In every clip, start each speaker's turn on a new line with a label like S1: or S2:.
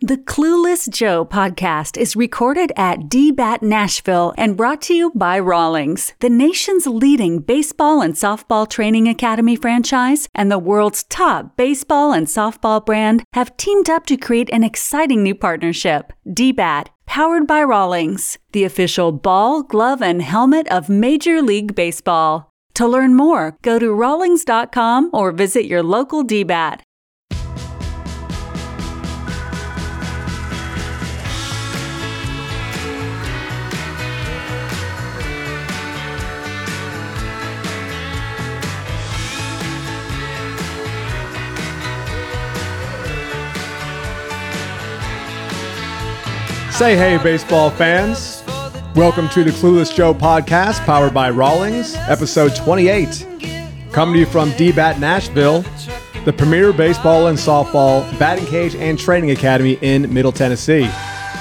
S1: The Clueless Joe podcast is recorded at DBAT Nashville and brought to you by Rawlings, the nation's leading baseball and softball training academy franchise and the world's top baseball and softball brand have teamed up to create an exciting new partnership, DBAT, powered by Rawlings, the official ball, glove, and helmet of Major League Baseball. To learn more, go to rawlings.com or visit your local DBAT.
S2: Say hey, baseball fans. Welcome to the Clueless Joe podcast, powered by Rawlings, episode 28. Coming to you from DBAT Nashville, the premier baseball and softball batting cage and training academy in Middle Tennessee,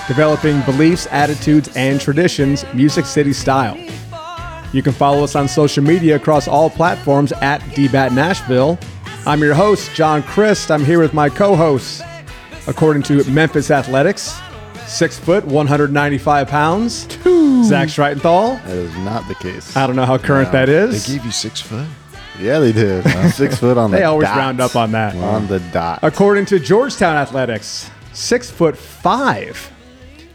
S2: developing beliefs, attitudes, and traditions, Music City style. You can follow us on social media across all platforms at DBAT Nashville. I'm your host, John Christ. I'm here with my co hosts, according to Memphis Athletics, six foot, 195 pounds, Zach Streitenthal.
S3: That is not the case.
S2: I don't know how current that is.
S4: They gave you six foot.
S3: Yeah, they did. Six foot on the
S2: They always
S3: dot.
S2: round up on that.
S3: On the dot.
S2: According to Georgetown Athletics, six foot five,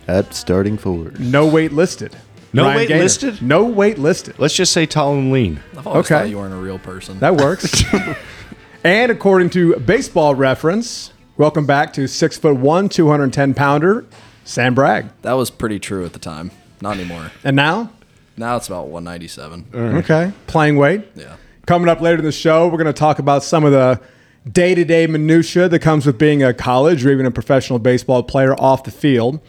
S3: Up starting forward.
S2: no weight listed.
S4: No weight listed?
S2: No weight listed.
S4: Let's just say tall and lean.
S5: I've always
S2: Okay.
S5: thought you weren't a real person.
S2: That works. and according to Baseball Reference, welcome back to six foot one, 210 pounder, Sam Bragg.
S5: that was pretty true at the time. Not anymore.
S2: And now,
S5: Now it's about 197.
S2: okay, playing weight.
S5: Yeah.
S2: Coming up later in the show, we're going to talk about some of the day to day minutia that comes with being a college or even a professional baseball player off the field.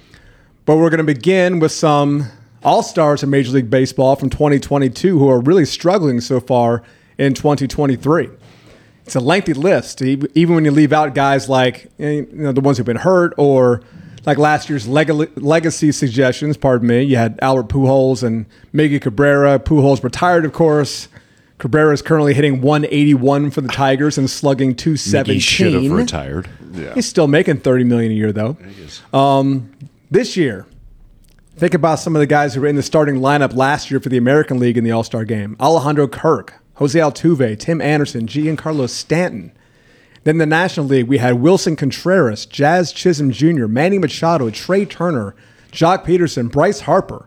S2: But we're going to begin with some all stars in Major League Baseball from 2022 who are really struggling so far in 2023. It's a lengthy list, e- even when you leave out guys like eh, you know, the ones who've been hurt or like last year's leg- legacy suggestions. Pardon me. You had Albert Pujols and Miggy Cabrera. Pujols retired, of course. Cabrera is currently hitting 181 for the Tigers and slugging
S4: He should have
S2: 217.
S4: retired. Yeah.
S2: He's still making 30 million a year though Um, this year. Think about some of the guys who were in the starting lineup last year for the American League in the All Star game Alejandro Kirk, Jose Altuve, Tim Anderson, Giancarlo Stanton. Then the National League, we had Wilson Contreras, Jazz Chisholm Jr., Manny Machado, Trey Turner, Jock Peterson, Bryce Harper.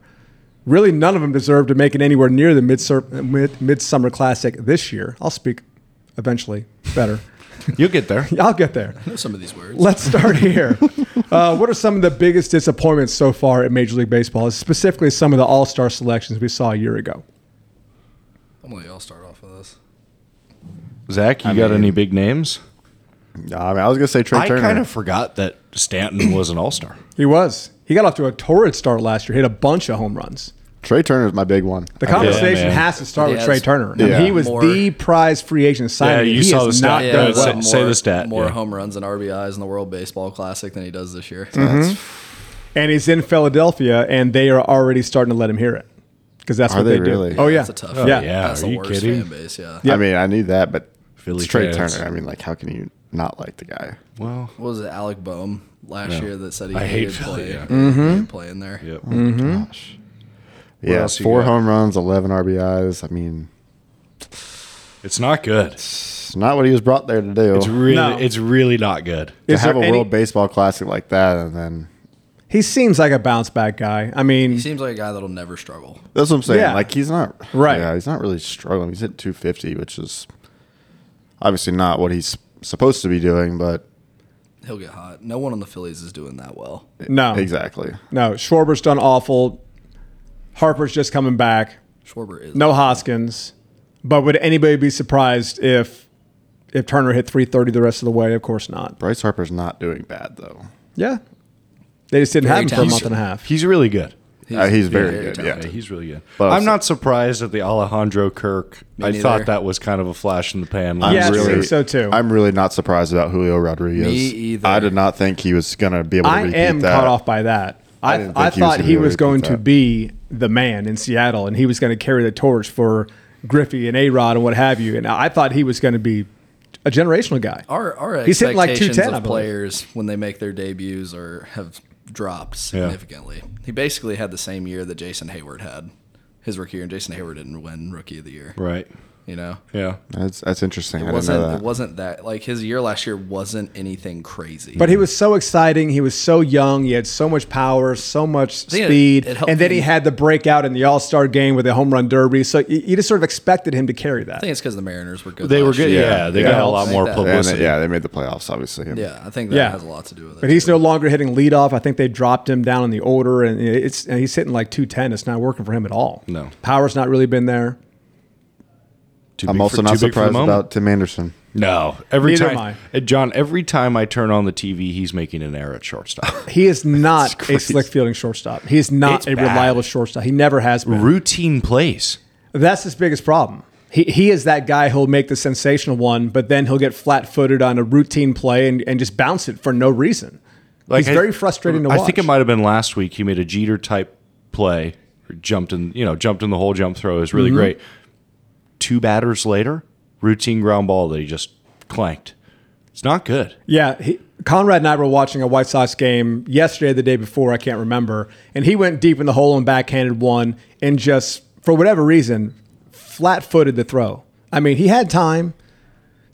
S2: Really, none of them deserve to make it anywhere near the midsur- mid- Midsummer Classic this year. I'll speak eventually better.
S4: You'll get there.
S2: I'll get there.
S5: I know some of these words.
S2: Let's start here. uh, what are some of the biggest disappointments so far at Major League Baseball, specifically some of the All Star selections we saw a year ago?
S5: I'm gonna let y'all start off with this.
S4: Zach, you
S3: I
S4: got
S3: mean,
S4: any big names?
S3: Nah, I, mean, I was going to say Trey
S4: I
S3: Turner.
S4: kind of forgot that Stanton was an all star.
S2: He was. He got off to a torrid start last year, hit a bunch of home runs.
S3: Trey Turner is my big one.
S2: The
S3: I did.
S2: conversation
S4: man.
S2: has to start with
S5: Yeah,
S2: Trey
S5: it's-
S2: Turner. I mean,
S3: Yeah.
S2: he was
S5: More-
S2: the prize free agent signing.
S4: you
S2: He
S4: saw
S2: is
S4: the
S2: not
S4: stat.
S2: done
S4: Yeah,
S5: he's
S2: well.
S4: Uh, say-
S5: got
S4: say the stat,
S5: More
S4: yeah.
S5: home runs and RBIs in the World Baseball Classic than he does this year.
S2: Mm-hmm. And he's in Philadelphia, and they are already starting to let him hear it because that's
S3: Are
S2: what
S3: they
S2: they, do.
S3: really?
S2: Oh yeah,
S5: That's a tough.
S2: Yeah.
S4: yeah.
S5: That's
S4: Are
S5: the
S4: you
S5: worst
S4: kidding?
S5: fan base. Yeah.
S3: I mean, I knew that, but
S4: Philly
S3: it's Trey
S4: fans.
S3: Turner. I mean, like, how can you not like the guy?
S4: Well,
S5: What was it? Alec Boehm last year that said he
S4: I hate
S5: hated
S4: Philly,
S5: play-
S4: yeah.
S2: Mm-hmm.
S5: hated playing there.
S4: yep.
S3: Gosh. Yeah,
S4: else you
S3: four
S4: got?
S3: home runs, 11 RBIs. I mean,
S4: It's not good.
S3: it's not what he was brought there to do.
S4: It's really,
S2: No.
S4: it's really not good.
S3: to
S2: Is
S3: have a
S2: there any-
S3: World Baseball Classic like that, and then
S2: he seems like a bounce back guy. I mean,
S5: He seems like a guy that'll never struggle.
S3: that's what I'm saying.
S2: Yeah.
S3: Like he's not
S2: Right.
S3: Yeah, he's not really struggling. He's hitting 250, which is obviously not what he's supposed to be doing, but
S5: He'll get hot. No one on the Phillies is doing that well.
S2: no,
S3: exactly.
S2: No, Schwarber's done awful. Harper's just coming back.
S5: Schwarber is
S2: No Hoskins. But would anybody be surprised if if Turner hit 330 the rest of the way? Of course not.
S3: Bryce Harper's not doing bad though.
S2: Yeah. They just didn't have
S5: Very
S2: him for a month
S5: talented.
S2: and a half.
S4: He's really good.
S3: Uh, he's very good, yeah.
S4: Yeah, he's really good.
S3: But
S4: I'm
S3: also-
S4: not surprised at the Alejandro Kirk. I
S5: neither.
S4: thought that was kind of a flash in the pan.
S3: I'm
S2: Yeah, I
S4: last
S2: think
S4: year.
S3: really
S2: so, too.
S3: I'm really not surprised about Julio Rodriguez.
S5: Me either.
S3: I did not think he was gonna be able to
S2: I
S3: repeat
S2: am
S3: that.
S2: caught off by that. I,
S3: I
S2: I,
S3: didn't think he was
S2: thought
S3: gonna
S2: he
S3: be able
S2: was
S3: to
S2: going
S3: do
S2: to
S3: that.
S2: be the man in Seattle and he was going to carry the torch for Griffey and A Rod and what have you. And I thought he was going to be a generational guy.
S5: Our our
S2: He's hitting like
S5: expectations
S2: 210, I
S5: of
S2: believe.
S5: players when they make their debuts or have dropped significantly. He basically had the same year that Jason Hayward had his rookie year, and Jason Hayward didn't win Rookie of the Year.
S4: Right.
S5: You know,
S4: Yeah.
S3: That's that's interesting. I didn't
S5: it
S3: know
S5: wasn't it
S3: that.
S5: wasn't that like his year last year wasn't anything crazy.
S2: But he was so exciting. He was so young. He had so much power, so much
S5: think it-
S2: speed.
S5: it helped
S2: and then he
S5: him-
S2: had the breakout in the All Star game with the home run derby. So you, you just sort of expected him to carry that.
S5: I think it's because the Mariners were good.
S4: They were
S5: last
S4: good.
S5: year.
S4: Yeah. they
S3: Yeah.
S4: got a lot
S5: Like
S4: more
S5: that.
S3: And,
S4: publicity.
S3: yeah, they made the playoffs, obviously. and-
S5: Yeah, I think that
S2: Yeah.
S5: has a lot to do with it.
S2: But he's no longer hitting leadoff. I think they dropped him down in the order, and it's and he's hitting like two ten. It's not working for him at all.
S4: No.
S2: power's not really been there.
S4: Too big
S3: I'm
S4: for-
S3: also
S4: too
S3: not
S4: big for the
S3: surprised
S4: moment.
S3: about Tim Anderson.
S4: No. Every
S2: Neither am
S4: time, Uh, John. Every time I turn on the TV, he's making an error at shortstop.
S2: He is not
S4: That's
S2: a slick
S4: crazy.
S2: fielding shortstop. He is not
S4: It's
S2: a
S4: bad.
S2: reliable shortstop. He never has been.
S4: Routine plays.
S2: That's his biggest problem. He, he is that guy who'll make the sensational one, but then he'll get flat footed on a routine play and, and just bounce it for no reason. He's
S4: I-
S2: very frustrating to
S4: I
S2: watch.
S4: think it might have been last week. He made a Jeter type play, or jumped in, you know, jumped in the hole, jump throw is
S2: Mm-hmm.
S4: really great. Two batters later, routine ground ball that he just clanked. It's not good.
S2: Yeah, he, Conrad and I were watching a White Sox game yesterday, or the day before, I can't remember, and he went deep in the hole and backhanded one, and just for whatever reason, flat-footed the throw. I mean, he had time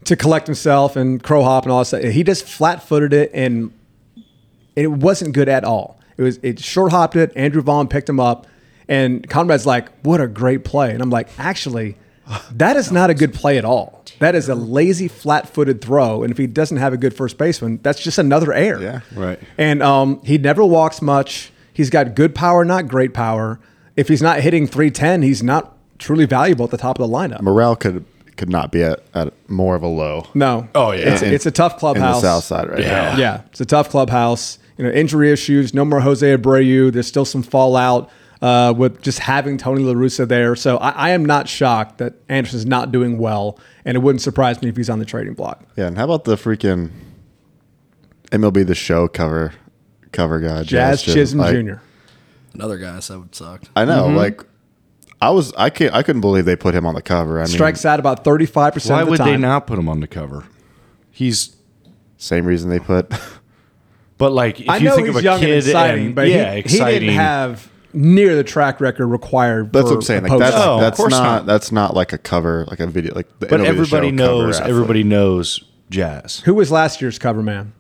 S2: to collect himself and crow hop and all that. stuff. He just flat-footed it, and it wasn't good at all. It was it short hopped it. Andrew Vaughn picked him up, and Conrad's like, "What a great play!" And I'm like, "Actually, that is not a good play at all. That is a lazy, flat-footed throw. And if he doesn't have a good first baseman, that's just another error."
S3: Yeah.
S4: Right.
S2: And um, he never walks much. He's got good power, not great power. If he's not hitting 310, he's not truly valuable at the top of the lineup.
S3: Morale could could not be at, at more of a low.
S2: No.
S4: Oh, yeah.
S2: It's, it's a tough
S3: in
S2: clubhouse.
S3: the South Side right now.
S2: Yeah, it's a tough clubhouse. You know, injury issues. No more Jose Abreu. There's still some fallout uh, with just having Tony La Russa there. So I, I am not shocked that Anderson's not doing well, and it wouldn't surprise me if he's on the trading block.
S3: Yeah, and how about the freaking MLB The Show cover cover guy,
S2: Jazz Chisholm
S3: Like,
S2: Jr.
S5: Another guy so that sucked.
S3: I know,
S2: Mm-hmm.
S3: like I was, I can't, I couldn't believe they put him on the cover. I mean,
S2: strikes out about 35 percent
S4: Why
S2: of the
S4: would
S2: time.
S4: they not put him on the cover? He's,
S3: same reason they put.
S4: but like, if
S2: I
S4: you
S2: know
S4: think
S2: he's
S4: of a
S2: young
S4: kid
S2: and exciting,
S4: and-
S2: but
S4: yeah,
S2: he, he
S4: exciting.
S2: didn't have near the track record required.
S3: That's
S2: for
S3: what I'm saying.
S2: a
S3: Like that's
S2: postseason.
S4: Oh, of
S3: that's not,
S4: course not.
S3: that's not like a cover, like a video, like. The
S4: but
S3: MLB The
S4: everybody
S3: Show cover
S4: knows.
S3: athlete.
S4: Everybody knows jazz.
S2: Who was last year's cover man?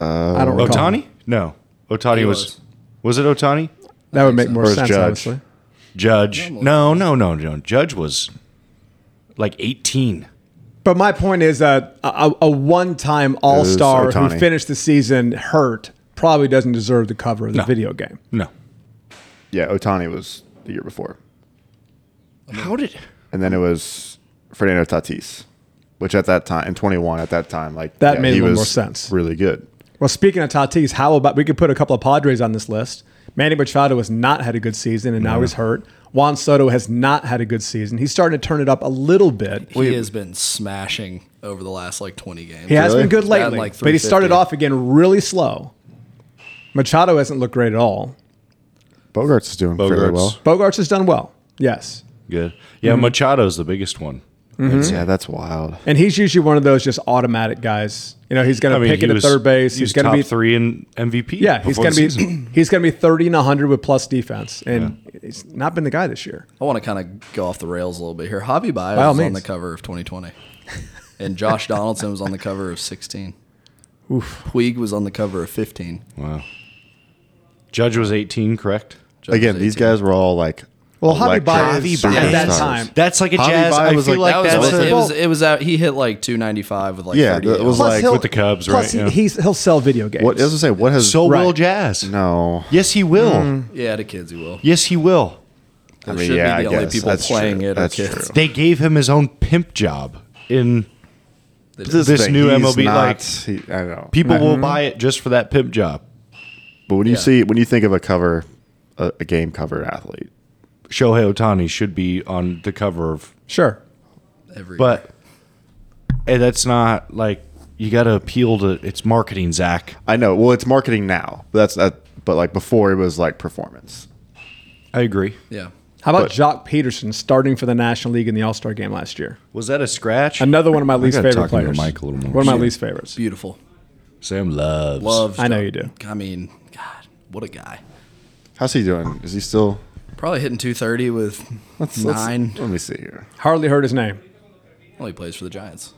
S3: Uh,
S2: I don't recall.
S4: Otani? No, Otani
S5: He
S4: was.
S5: was.
S4: Was it Otani?
S2: That would make more
S3: Or is
S2: sense,
S3: Judge?
S2: obviously.
S4: Judge? No, no, no, no. Judge was like eighteen.
S2: But my point is that a, a one-time All-Star who
S3: Ohtani.
S2: finished the season hurt probably doesn't deserve the cover of the
S4: No.
S2: video game.
S4: No.
S3: Yeah, Otani was the year before,
S4: How did?
S3: and then it was Fernando Tatis, which at that time in 21, at that time, like
S2: That
S3: yeah,
S2: made a
S3: he
S2: little
S3: was
S2: more sense.
S3: Really good.
S2: Well, speaking of Tatis, how about we could put a couple of Padres on this list? Manny Machado has not had a good season, and now he's hurt. Juan Soto has not had a good season. He's starting to turn it up a little bit.
S5: He has been smashing over the last like 20 games.
S2: He has
S3: Really?
S2: been good
S5: He's batting
S2: lately,
S5: like
S2: but he started
S5: 350.
S2: off again really slow. Machado hasn't looked great at all.
S3: Bogarts is doing fairly
S4: Bogarts.
S3: well.
S2: Bogarts has done well, yes,
S4: Good. Yeah,
S2: Hmm.
S4: Machado's the biggest one.
S2: Mm-hmm.
S3: Yeah, that's wild.
S2: and he's usually one of those just automatic guys. You know, he's going
S4: I
S2: to
S4: mean,
S2: pick
S4: he
S2: it at
S4: was-
S2: third base.
S4: He
S2: He's
S4: was
S2: going to
S4: top
S2: be
S4: three in MVP.
S2: yeah, he's
S4: before
S2: going
S4: the
S2: to
S4: season.
S2: be he's going to be thirty and hundred with plus defense, and he's not been the guy this year.
S5: I want to kind of go off the rails a little bit here. Javi Baez
S2: all
S5: was on
S2: means.
S5: the cover of 2020, and Josh Donaldson was on the cover of 16. Oof. Puig was on the cover of 15.
S4: Wow. Judge was eighteen, correct?
S5: Judge
S3: Again,
S5: was
S3: these
S5: 18.
S3: guys were all like,
S2: Well, Javi
S3: electric
S2: Baez
S3: superstars.
S2: at that time.
S4: That's like a
S3: Javi
S4: jazz.
S3: Baez
S4: I
S3: was
S4: feel
S3: like-
S4: like,
S5: That was
S4: that's
S5: with-
S4: a,
S5: it was it was out. He hit like 295 with like
S3: Yeah,
S5: 30
S3: that was
S5: outs.
S3: like-
S2: he'll-
S4: with the Cubs,
S2: plus
S4: right? Yeah.
S2: He, he's he'll sell video games.
S3: What is to say? What has
S4: so will
S2: Right. Hmm.
S4: jazz.
S3: no?
S4: Yes, he will.
S5: yeah to kids he will.
S4: Yes, he will.
S5: There
S3: I mean,
S5: should
S3: yeah,
S5: be
S3: I
S5: the only
S3: guess.
S5: people
S3: That's
S5: playing
S3: true.
S5: it
S3: That's
S5: are kids.
S3: true.
S4: They gave him his own pimp job in
S3: This,
S4: This
S3: thing,
S4: new
S3: he's
S4: MLB,
S3: not-
S4: like,
S3: he- I don't know.
S4: People will buy it just for that pimp job.
S3: but when you
S5: Yeah.
S3: see when you think of a cover, a, a game cover athlete,
S4: Shohei Otani should be on the cover of,
S2: sure?
S5: Every
S4: but and that's not like you got to appeal to it's marketing, Zach.
S3: I know. Well, it's marketing now. But that's that. But like before, it was like performance.
S4: I agree.
S5: yeah,
S2: How about
S3: But-
S2: Jock Peterson starting for the National League in the All Star game last year?
S4: Was that a scratch?
S2: Another one of my least
S4: gotta
S2: favorite
S4: talk into
S2: players.
S4: the mic a little more.
S2: One of my
S4: Yeah.
S2: least favorites.
S5: Beautiful.
S4: Sam loves.
S5: Love.
S2: I know you do.
S5: I mean, God, what a guy.
S3: How's he doing? Is he still?
S5: Probably hitting 230 with
S3: let's-
S5: 9
S3: let me see here.
S2: Hardly heard his name.
S5: Well, he plays for the Giants.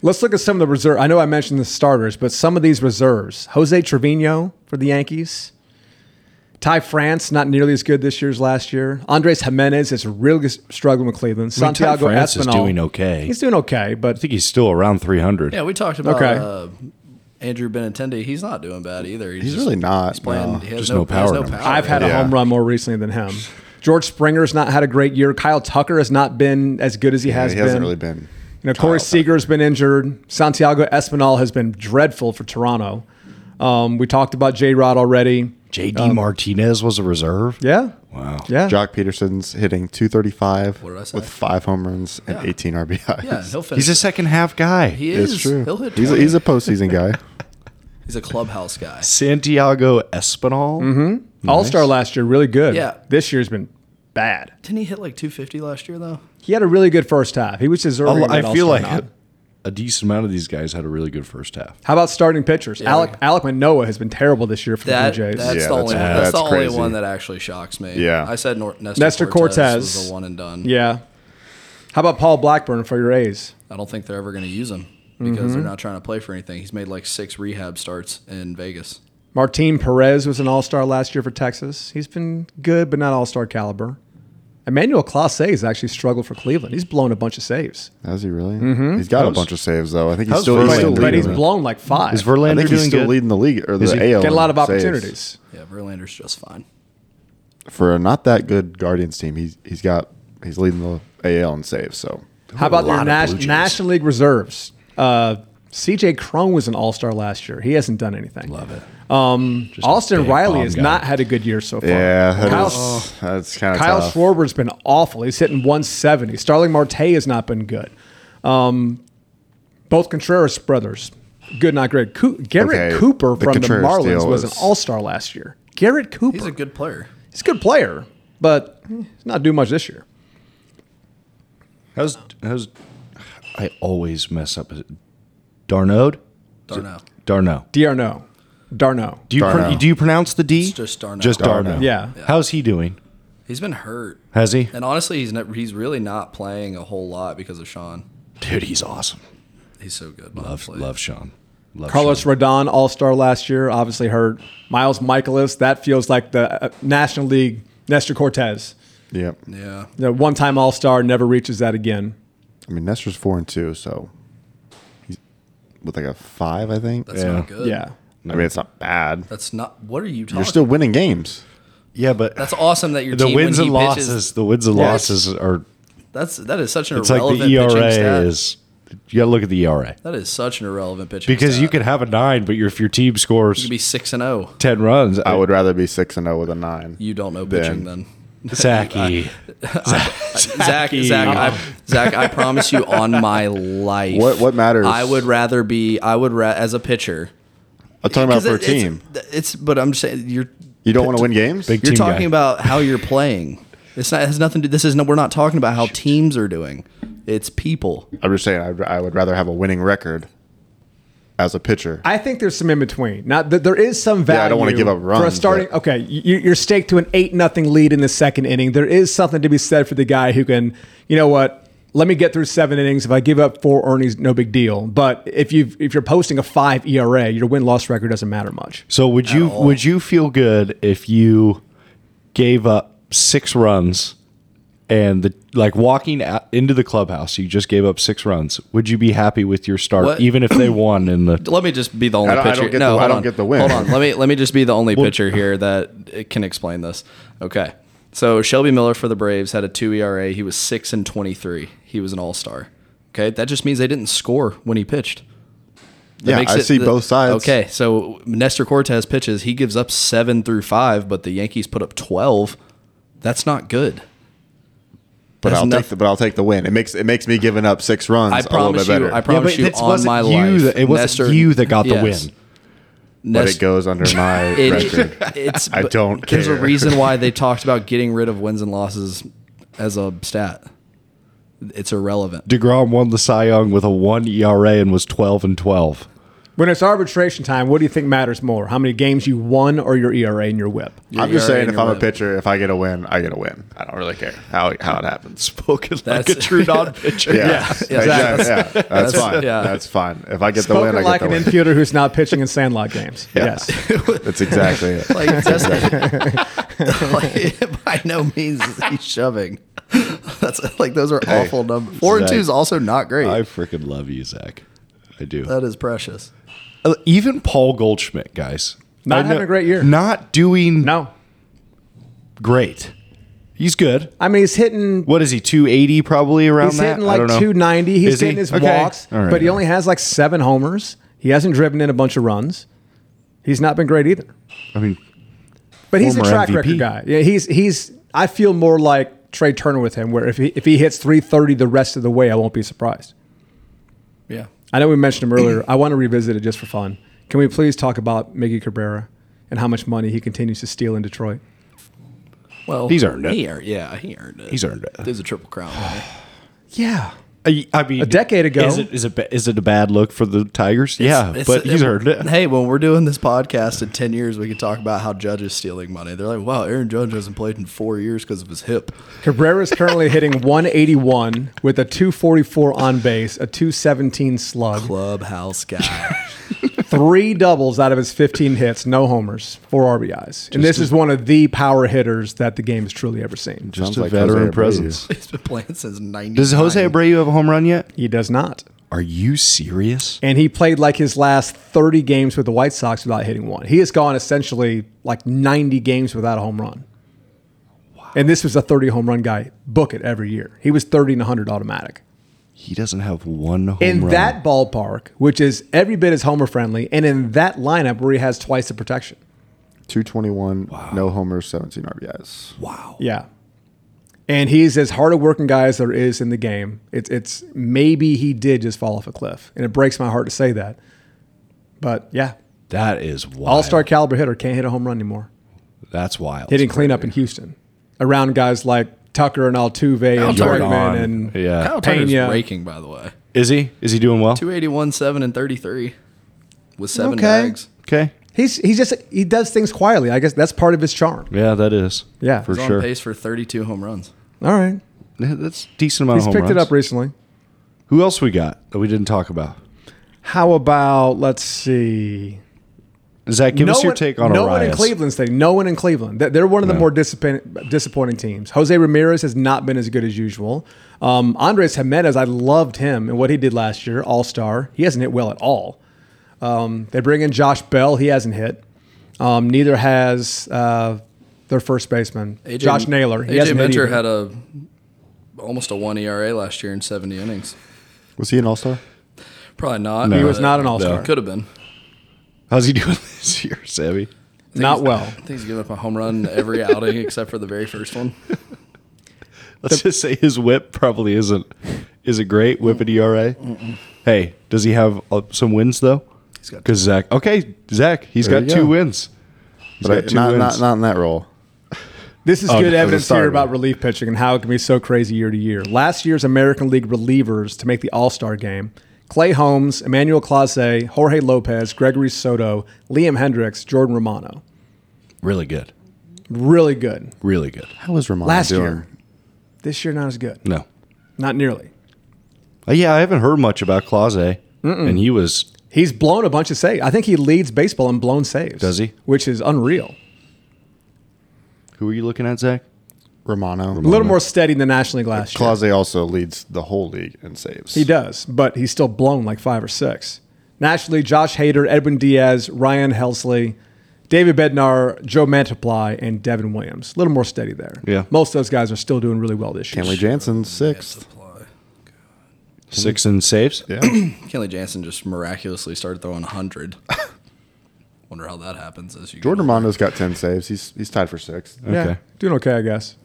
S2: Let's look at some of the reserve. I know I mentioned the starters, but some of these reserves: Jose Trevino for the Yankees, Ty France, not nearly as good this year as last year. Andres Jimenez is really struggling with Cleveland.
S4: I mean, Ty
S2: Santiago
S4: France is
S2: Espinal
S4: doing okay.
S2: He's doing okay,
S4: I
S2: but
S4: think he's still around 300.
S5: Yeah, we talked about
S2: Okay.
S5: uh, Andrew Benintendi. He's not doing bad either.
S3: He's really not,
S5: He's playing.
S3: no.
S5: he has
S4: Just
S5: no,
S4: no
S5: he has
S4: power
S5: no
S4: numbers.
S5: power.
S2: I've had a
S3: Yeah.
S2: home run more recently than him. George Springer's not had a great year. Kyle Tucker has not been as good as he
S3: Yeah,
S2: has
S3: he
S2: been.
S3: hasn't really been.
S2: You know, Corey
S3: Kyle
S2: Seager's been injured. Santiago Espinal has been dreadful for Toronto. Um, we talked about J. Rod already.
S4: JD Martinez was a reserve.
S2: Yeah.
S4: Wow.
S2: Yeah.
S3: Jock Peterson's hitting 235
S5: What did I say?
S3: with five home runs and 18 RBIs.
S5: Yeah, he'll finish.
S4: He's a second half guy.
S5: he
S3: it's
S5: is.
S3: true.
S5: He'll hit.
S3: He's a,
S5: 20.
S3: he's a postseason guy.
S5: He's a clubhouse guy.
S4: Santiago Espinal.
S2: All star last year, really good.
S5: Yeah.
S2: This year's been bad.
S5: Didn't he hit like 250 last year though?
S2: He had a really good first half. He was deserving.
S4: Al-
S2: of that
S4: I feel
S2: All-Star
S4: like
S2: nod.
S4: a, a decent amount of these guys had a really good first half.
S2: How about starting pitchers? Alec Alec Manoa has been terrible this year for
S5: That
S2: the Blue
S5: that's
S2: Jays.
S5: the
S3: Yeah,
S5: only
S3: that's-
S5: one. That's, the
S3: that's
S5: only
S3: crazy.
S5: one that actually shocks me.
S3: Yeah.
S5: I said Nor- Nestor,
S2: Nestor
S5: Cortez,
S2: Cortez.
S5: was the one and done.
S2: Yeah. How about Paul Blackburn for your A's?
S5: I don't think they're ever going to use him because
S3: Mm-hmm.
S5: they're not trying to play for anything. He's made like six rehab starts in Vegas.
S2: Martin Perez was an All Star last year for Texas. He's been good, but not All Star caliber. Emmanuel Clase has actually struggled for Cleveland. He's blown a bunch of saves,
S3: Has he really?
S5: Mm-hmm.
S3: He's got a
S4: How's-
S3: bunch of saves though. I think he's
S4: how's
S3: still, he's
S4: Verlander
S3: still
S2: but,
S3: leading.
S4: doing?
S2: but he's
S3: the-
S2: blown like five.
S4: Is
S3: I
S4: Verlander
S3: think he's
S4: doing
S3: still
S4: good?
S3: leading the league or
S4: Is
S3: the
S4: he
S3: AL.
S2: Get a lot of
S3: in saves.
S2: opportunities.
S5: Yeah, Verlander's just fine.
S3: for a not that good Guardians team. He's he's got he's leading the AL in saves. So
S2: How about
S4: A
S2: your
S4: lot of
S2: nas-
S4: Blue Jays.
S2: National League reserves? Uh, CJ Crone was an All Star last year. He hasn't done anything.
S4: Love it. Just a
S2: Um, Austin
S4: big
S2: Riley
S4: bomb
S2: has
S4: guy.
S2: not had a good year so far.
S3: yeah, that
S2: Kyle,
S3: is- that's kind of
S2: Kyle
S3: tough.
S2: Schwarber's been awful. He's hitting 170. Starling Marte has not been good. Um, both Contreras brothers, good, not great. Coo- Garrett
S3: Okay,
S2: Cooper
S3: the
S2: from the
S3: Contreras
S2: Marlins
S3: deal
S2: was an
S3: is-
S2: All Star last year. Garrett Cooper,
S5: He's a good player.
S2: he's a good player, but he's not doing much this year.
S4: How's how's I always mess up. Is it Darnode?
S5: Darnell.
S4: Darno.
S2: Darno, Darno.
S4: Do you pr-
S3: Darno.
S4: do you pronounce the D?
S5: It's just Darno.
S4: Just Darno.
S3: Darno.
S2: Yeah.
S4: How's he doing?
S5: He's been hurt.
S4: Has he?
S5: And honestly, he's ne- he's really not playing a whole lot because of Sean.
S4: Dude, he's awesome.
S5: He's so good.
S4: Love
S5: honestly.
S4: love Sean. Love
S2: Carlos
S4: Sean.
S2: Rodon, All Star last year, obviously hurt. Miles Michaelis, that feels like the uh, National League Nestor Cortez.
S3: Yep.
S5: Yeah.
S2: The one time All Star never reaches that again.
S3: I mean Nestor's four and two, so he's with like a five, I think.
S5: That's
S4: Yeah.
S5: not
S3: Uh,
S5: good.
S2: Yeah.
S3: I mean it's not bad.
S5: That's not. What are you talking?
S3: You're still winning games.
S4: Yeah, but
S5: That's awesome that your
S4: the
S5: team
S4: wins
S5: when
S4: and
S5: he pitches-
S4: losses. The wins and
S2: Yeah.
S4: losses are.
S5: That's that is such an
S4: It's like
S5: irrelevant
S4: the
S5: pitching stat.
S4: ERA is. You got to look at the ERA
S5: That is such an irrelevant pitching
S4: because
S5: stat.
S4: you could have a nine, but your, if your team
S5: You
S4: scores
S5: could be six and zero.
S4: ten runs,
S3: I would rather be six and zero with a nine.
S5: You don't know
S3: Then-
S5: pitching then.
S4: Zachy.
S5: Zach, Zach, I, Zach, I promise you on my life.
S3: What- what matters?
S5: I would rather be. I would ra- as a pitcher.
S3: I'm talking about
S5: 'Cause
S3: for a
S5: it- it's-
S3: team.
S5: It's, but I'm just saying you're
S3: You don't want to win games.
S4: Big-
S5: you're
S4: Team
S5: talking
S4: guy.
S5: about how you're playing. It's not it has nothing to. This is no. We're not talking about how teams are doing. It's people.
S3: I'm just saying I'd, I would rather have a winning record as a pitcher.
S2: I think there's some in between. Now, th- there is some value.
S3: Yeah, I don't wanna give up
S2: for a
S3: runs,
S2: starting.
S3: but-
S2: Okay, you, you're staked to an eight nothing lead in the second inning. There is something to be said for the guy who can, you know what? Let me get through seven innings. If I give up four earnings, no big deal. But if you if you're posting a five ERA, your win loss record doesn't matter much.
S4: So would you would you feel good if you gave up six runs and the like walking out into the clubhouse you just gave up six runs? Would you be happy with your start
S5: What?
S4: even if they won in the
S5: Let me just be the only
S3: I don't- I
S5: pitcher.
S3: don't get
S5: no,
S3: the- I
S5: hold
S3: don't
S5: on.
S3: get the win.
S5: Hold on. Let me let me just be the only pitcher here that it can explain this. Okay. So Shelby Miller for the Braves had a two ERA. He was six and twenty three. He was an All Star. Okay, that just means they didn't score when he pitched. That
S3: yeah,
S5: makes
S3: I
S5: it-
S3: see
S5: the-
S3: both sides.
S5: Okay, so Nestor Cortez pitches. He gives up seven through five, but the Yankees put up twelve. That's not good.
S3: but
S5: That's
S3: I'll
S5: noth-
S3: take the, but I'll take the win. It makes it makes me giving up six runs
S5: I
S3: a little
S5: promise
S3: bit
S5: you.
S3: better.
S5: I promise you on my
S4: you
S5: life.
S4: that, it wasn't
S5: Nestor-
S4: you that got
S5: Yes.
S4: the win.
S3: but
S5: Nest-
S3: it goes under my
S5: It-
S3: record.
S5: it's,
S3: I
S5: but
S3: don't
S5: There's a
S3: care.
S5: reason why they talked about getting rid of wins and losses as a stat. It's irrelevant.
S4: Degrom won the Cy Young with a one ERA and was twelve and twelve.
S2: When it's arbitration time, what do you think matters more? How many games you won or your ERA and your whip?
S3: I'm just
S5: ERA
S3: saying,
S5: and
S3: if
S5: your
S3: I'm a
S5: win.
S3: pitcher, if I get a win, I get a win. I don't really care how how it happens.
S4: Spoken
S5: That's-
S4: like a true non-pitcher.
S3: Yeah,
S5: yeah,
S3: exactly. yeah, that's,
S5: that's-
S3: fine.
S5: yeah.
S3: That's fine. If I get the
S2: Spoken
S3: win, I
S2: like
S3: get
S2: an
S3: the win.
S2: infielder who's not pitching in sandlot games.
S3: Yeah.
S2: Yes.
S3: That's exactly it.
S5: Like, that's, like by no means is he shoving. That's like those are awful numbers. Four and
S4: Zach,
S5: two is also not great.
S4: I freaking love you, Zach. I do.
S5: that is precious.
S4: Uh, even Paul Goldschmidt, guys,
S2: Not
S4: I
S2: having a great year.
S4: Not doing
S2: No.
S4: great. He's good.
S2: I mean, he's hitting.
S4: What is he? Two eighty probably around
S2: He's
S4: that.
S2: hitting
S4: I
S2: like
S4: don't know.
S2: 290. He's
S4: Is he?
S2: getting his
S4: Okay.
S2: walks,
S4: All right.
S2: but he only has like seven homers. He hasn't driven in a bunch of runs. He's not been great either.
S4: I mean,
S2: But he's a
S4: Former
S2: track
S4: MVP.
S2: record guy. Yeah, he's he's. I feel more like Trey Turner with him, where if he if he hits 330 the rest of the way, I won't be surprised.
S5: Yeah.
S2: I know we mentioned him earlier. I want to revisit it just for fun. Can we please talk about Miggy Cabrera and how much money he continues to steal in Detroit?
S5: Well,
S4: He's earned it.
S5: He earned, yeah, he earned it.
S4: He's earned it.
S5: There's a triple crown. right?
S2: Yeah.
S4: I, I mean,
S2: A decade ago.
S4: Is it is it ba- is it a bad look for the Tigers? yeah,
S5: It's-
S4: but he's earned it.
S5: Hey, when we're doing this podcast in 10 years, we can talk about how Judge is stealing money. They're like, wow, Aaron Judge hasn't played in four years because of his hip.
S2: Cabrera is currently hitting 181 with a 244 on base, a 217 slug,
S5: Clubhouse guy.
S2: three doubles out of his 15 hits, no homers, four RBIs. and this is one of the power hitters that the game has truly ever seen.
S4: Just
S3: Sounds
S4: a
S3: like Jose
S4: veteran
S3: Abreu.
S4: presence.
S5: He's been playing since 90.
S4: Does Jose Abreu have a home run yet?
S2: He does not.
S4: Are you serious?
S2: And he played like his last 30 games with the White Sox without hitting one. He has gone essentially like 90 games without a home run. And this was a 30 home run guy. Book it every year. He was 30 and 100 automatic.
S4: He doesn't have one home
S2: in
S4: run.
S2: that ballpark, which is every bit as homer friendly, and in that lineup where he has twice the protection.
S3: 221, no homers, 17 RBIs.
S4: wow.
S2: Yeah. And he's as hard a working guy as there is in the game. It's it's maybe he did just fall off a cliff. And it breaks my heart to say that. But yeah.
S4: That is wild.
S2: All star caliber hitter can't hit a home run anymore.
S4: That's wild.
S2: Hitting cleanup in Houston. Around guys like Tucker and Altuve and
S5: Jordan.
S2: Bregman and
S4: yeah.
S5: Kyle Turner's
S2: Pena.
S5: raking, by the way.
S4: Is he? Is he doing well?
S5: 281, 7, and 33 with seven
S2: Okay.
S5: bags.
S4: Okay.
S2: he's he's just he does things quietly. I guess that's part of his charm.
S4: Yeah, that is.
S2: Yeah.
S4: for
S5: He's
S4: sure.
S5: on pace for 32 home runs.
S2: All right.
S4: Yeah, That's a decent amount.
S2: He's
S4: of home
S2: picked it
S4: runs.
S2: up recently.
S4: Who else we got that we didn't talk about?
S2: How about let's see?
S4: Zach, give us your
S2: one,
S4: take on
S2: no
S4: Arias.
S2: one in Cleveland's thing. No one in Cleveland. They're- They're one of the
S4: No.
S2: more disappointing, disappointing teams. Jose Ramirez has not been as good as usual. Um, Andres Jimenez, I loved him and what he did last year, All Star. He hasn't hit well at all. Um, they bring in Josh Bell. He hasn't hit. Um, neither has uh, their first baseman, Josh Naylor. He
S5: AJ
S2: hasn't hit
S5: Minter
S2: either.
S5: had a almost a 1 ERA last year in 70 innings.
S3: Was he an all star?
S5: Probably not.
S2: he
S4: No,
S2: was not an All Star.
S5: Could have been.
S4: How's he doing this year, Sammy?
S2: Not well.
S5: I think he's given up a home run every outing except for the very first one.
S4: Let's just say his whip probably isn't isn't great. Whip and ERA. Hey, does he have uh, some wins though? He's
S5: got
S4: because Zach. Okay, Zach. He's
S3: There
S4: got
S3: you
S4: two
S3: go.
S4: wins. He's
S3: But I-
S4: got two
S3: not,
S4: wins.
S3: not, not in that role.
S2: This is
S4: Oh,
S2: good
S4: no,
S2: evidence
S3: sorry.
S2: here about relief pitching and how it can be so crazy year to year. Last year's American League relievers to make the All Star game Clay Holmes, Emmanuel Clase, Jorge Lopez, Gregory Soto, Liam Hendricks, Jordan Romano.
S4: Really good.
S2: Really good.
S4: Really good.
S3: How was Ramon
S2: Last
S3: doing?
S2: year. This year, not as good.
S4: No.
S2: Not nearly.
S4: Uh, yeah, I haven't heard much about Clause, and he was
S2: He's blown a bunch of saves. I think he leads baseball in blown saves.
S4: Does he?
S2: Which is unreal.
S4: Who are you looking at, Zach?
S3: Romano.
S2: A little more steady than the National League last year.
S3: Clause also leads the whole league in saves.
S2: He does, but he's still blown like five or six. Nationally, Josh Hader, Edwin Diaz, Ryan Helsley, David Bednar, Joe Mantiply, and Devin Williams. A little more steady there.
S4: Yeah.
S2: Most of those guys are still doing really well this year.
S3: Kenley Jansen, sixth.
S4: Six and saves.
S3: Yeah.
S5: Kenley Jansen just miraculously started throwing 100. Wonder how that happens as you
S3: Jordan
S5: go.
S3: Romando's got 10 saves. He's he's tied for sixth.
S2: Yeah,
S4: Okay.
S2: Doing okay, I guess.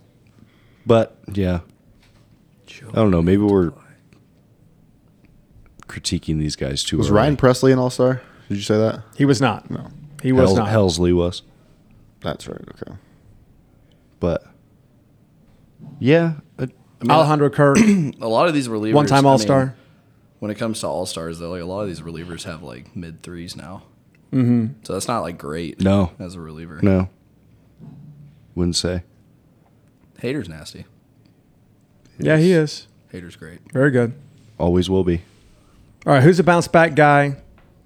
S4: But yeah, I don't know. Maybe we're critiquing these guys too.
S3: Was
S4: early.
S3: Ryan Presley an all star? Did you say that?
S2: He was not.
S3: No.
S2: He was not.
S4: Helsley was,
S3: That's right. Okay.
S4: but yeah, uh,
S2: Alejandro Kirk,
S5: A lot of these relievers.
S2: one
S5: I
S2: time
S5: mean,
S2: All Star.
S5: when it comes to all stars, though, like a lot of these relievers have like mid threes now. Mm-hmm. So that's not like great.
S4: No.
S5: as a reliever,
S4: no, wouldn't say.
S5: Hater's nasty.
S2: Yeah, he is.
S5: Hater's great.
S2: Very good.
S4: Always will be.
S2: All right, who's a bounce back guy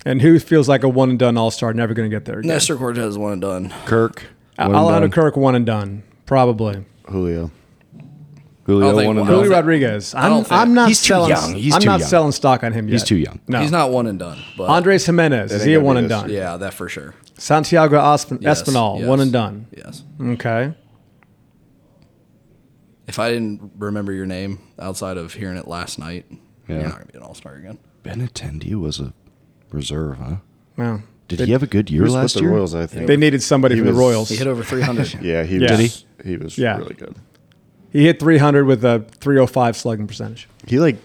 S2: and who feels like a one and done all star, never going to get there again?
S5: Nestor Cortez one and done.
S4: Kirk, one and
S2: Alejandro
S4: done.
S2: Kirk, one and done, probably.
S3: Julio.
S5: I
S4: Julio, one
S5: don't think-
S4: and
S5: I don't
S4: done.
S2: Julio
S5: think-
S2: Rodriguez. I'm,
S5: don't think-
S2: I'm not
S4: He's too
S2: selling,
S4: young. He's
S2: I'm
S4: too
S2: not
S4: young.
S2: selling stock on him yet.
S4: He's too young.
S2: No.
S5: He's not one and done, but
S2: Andres Jimenez, is
S3: ain't
S2: he a
S3: gonna
S2: one
S3: be
S2: and
S3: this
S2: done?
S5: yeah, that for sure.
S2: Santiago Espin-
S5: Yes,
S2: Espinal,
S5: yes,
S2: one and done.
S5: Yes.
S2: Okay.
S5: If I didn't remember your name outside of hearing it last night,
S4: Yeah.
S5: you're not gonna be an all star again.
S4: Benatendi was a reserve, huh?
S2: Well,
S4: Did he have a good year
S3: He was
S4: last
S3: with the
S4: year?
S3: Royals, I think.
S2: they needed somebody
S3: He
S2: from the
S3: was-
S2: Royals.
S5: He hit over 300.
S3: yeah, he
S2: Yeah.
S3: was. He was
S2: Yeah.
S3: really good.
S2: He hit 300 with a 305 slugging percentage.
S3: He like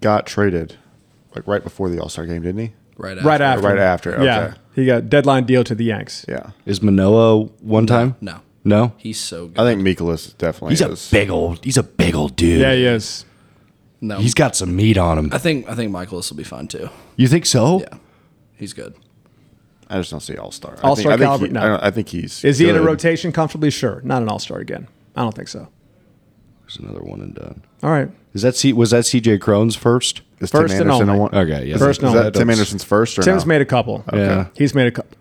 S3: got traded like right before the All Star game, didn't he?
S5: Right after.
S2: Right after.
S3: Right after, okay.
S2: Yeah. He got deadline deal to the Yanks.
S3: Yeah.
S4: Is Manoa one time?
S5: No,
S4: No.
S5: he's so good.
S3: I think Mikolas definitely
S4: He's a
S3: is.
S4: big old. He's a big old dude.
S2: Yeah, he is.
S5: no,
S4: He's got some meat on him.
S5: I think I think Michaelis will be fine too.
S4: You think so?
S5: Yeah, he's good.
S3: I just don't see All Star.
S2: All-Star
S3: I think, I
S2: caliber?
S3: think, he-
S2: No.
S3: I, don't, I think he's.
S2: Is he in a
S3: good.
S2: rotation comfortably? Sure. Not an all star again. I don't think so.
S4: There's another one and done.
S2: All right.
S4: Is that C? Was that C.J. Crohn's first?
S3: Is
S2: First and
S3: Tim Anderson
S2: only.
S3: a one?
S4: Okay, yeah.
S2: First
S3: Is
S2: and only.
S3: that Tim Anderson's first or
S2: Tim's
S3: no?
S2: made a couple.
S4: Yeah.
S2: He's made a couple.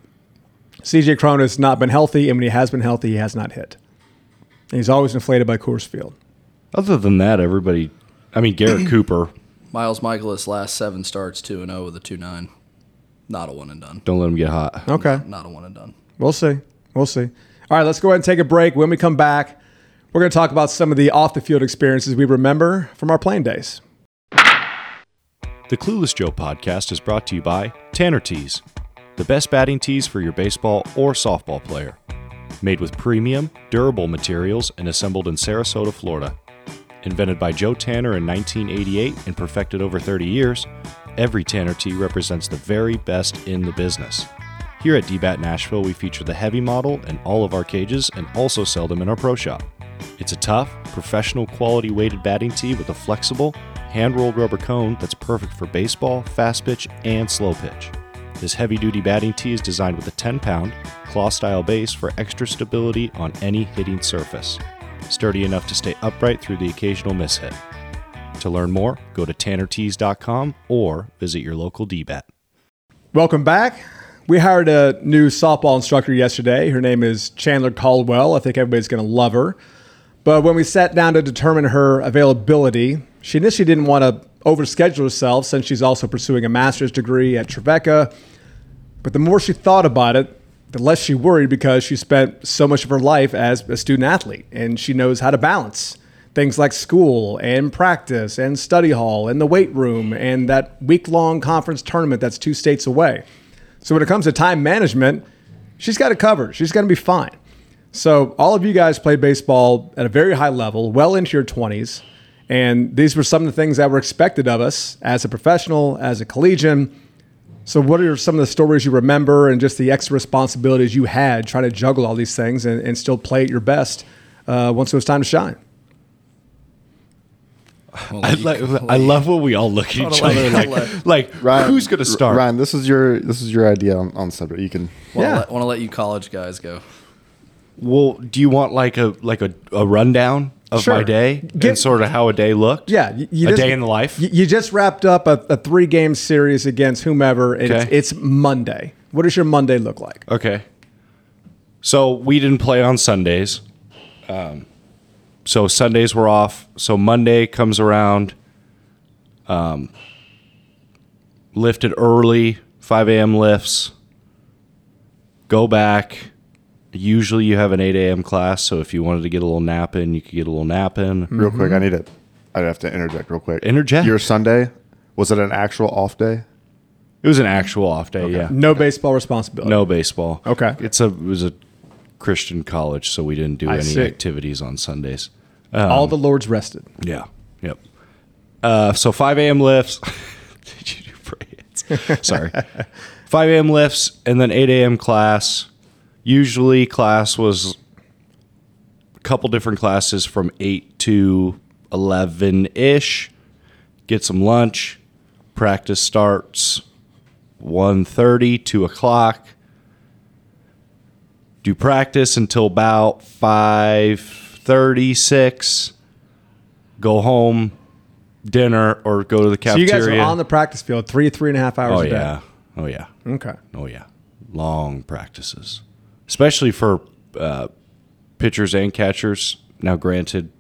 S2: CJ Cron has not been healthy, and when he has been healthy, he has not hit. And he's always inflated by Coors Field.
S4: Other than that, everybody. I mean, Garrett Cooper.
S5: Miles Michaelis last seven starts two and zero with a two nine. Not a one and done.
S4: Don't let him get hot.
S2: Okay.
S5: Not a one and done.
S2: We'll see. We'll see. All right, let's go ahead and take a break. When we come back, we're going to talk about some of the off the field experiences we remember from our playing days.
S4: The Clueless Joe podcast is brought to you by Tanner Tees, the best batting tees for your baseball or softball player. Made with premium, durable materials and assembled in Sarasota, Florida. Invented by Joe Tanner in 1988 and perfected over 30 years, every Tanner tee represents the very best in the business. Here at DBAT Nashville, we feature the heavy model in all of our cages and also sell them in our pro shop. It's a tough, professional quality weighted batting tee with a flexible, hand rolled rubber cone that's perfect for baseball, fast pitch, and slow pitch. This heavy duty batting tee is designed with a 10 pound, claw style base for extra stability on any hitting surface. Sturdy enough to stay upright through the occasional mishit. To learn more, go to tannertees.com or visit your local DBAT.
S2: Welcome back. We hired a new softball instructor yesterday. Her name is Chandler Caldwell. I think everybody's going to love her. But when we sat down to determine her availability, she initially didn't want to overschedule herself since she's also pursuing a master's degree at Trevecca. But the more she thought about it, the less she worried because she spent so much of her life as a student athlete and she knows how to balance things like school and practice and study hall and the weight room and that week long conference tournament that's two states away. So when it comes to time management, she's got it covered. She's going to be fine. So all of you guys played baseball at a very high level, well into your 20s, and these were some of the things that were expected of us as a professional, as a collegian. So what are some of the stories you remember and just the extra responsibilities you had trying to juggle all these things and, and still play at your best uh, once it was time to shine?
S5: Well,
S4: I,
S5: you-
S4: like, I love when we all look at each other like, like, who's going to start?
S3: Ryan, this is your this is your idea on, on the subject. You can.
S5: wanna
S2: yeah.
S5: let- wanna let you college guys go.
S4: Well, do you want like a like a, a rundown of
S2: Sure.
S4: my day
S2: Get-
S4: and sort of how a day looked?
S2: Yeah, y- you
S4: a
S2: just-
S4: day in the life.
S2: You, you just wrapped up a, a three game series against whomever, and
S4: Okay.
S2: it's, it's Monday. What does your Monday look like?
S4: Okay. So we didn't play on Sundays. Um, so Sundays were off. So Monday comes around. Um, lifted early, 5 a.m. lifts. Go back. Usually you have an 8 a.m. class. So if you wanted to get a little nap in, you could get a little nap in.
S3: Real quick, I need it. I'd have to interject real quick.
S4: Interject.
S3: Your Sunday was it an actual off day?
S4: It was an actual off day. Yeah.
S2: No baseball responsibility.
S4: No baseball.
S2: Okay.
S4: It's a it was a Christian college, so we didn't do
S2: I
S4: any
S2: see.
S4: activities on Sundays.
S2: All the Lord's rested.
S4: Yeah. Yep. Uh, so 5 a.m. lifts. Did you do pray hands? Sorry. 5 a.m. lifts and then 8 a.m. class. Usually, class was a couple different classes from 8 to 11 ish. Get some lunch. Practice starts 1.30, 2 o'clock. Do practice until about 5.30, 6. Go home, dinner, or go to the
S2: So you
S4: cafeteria.
S2: guys are on the practice field three, three and a half hours
S4: Oh
S2: a day.
S4: yeah. Oh yeah.
S2: Okay.
S4: Oh yeah. Long practices, especially for uh, pitchers and catchers. Now, granted,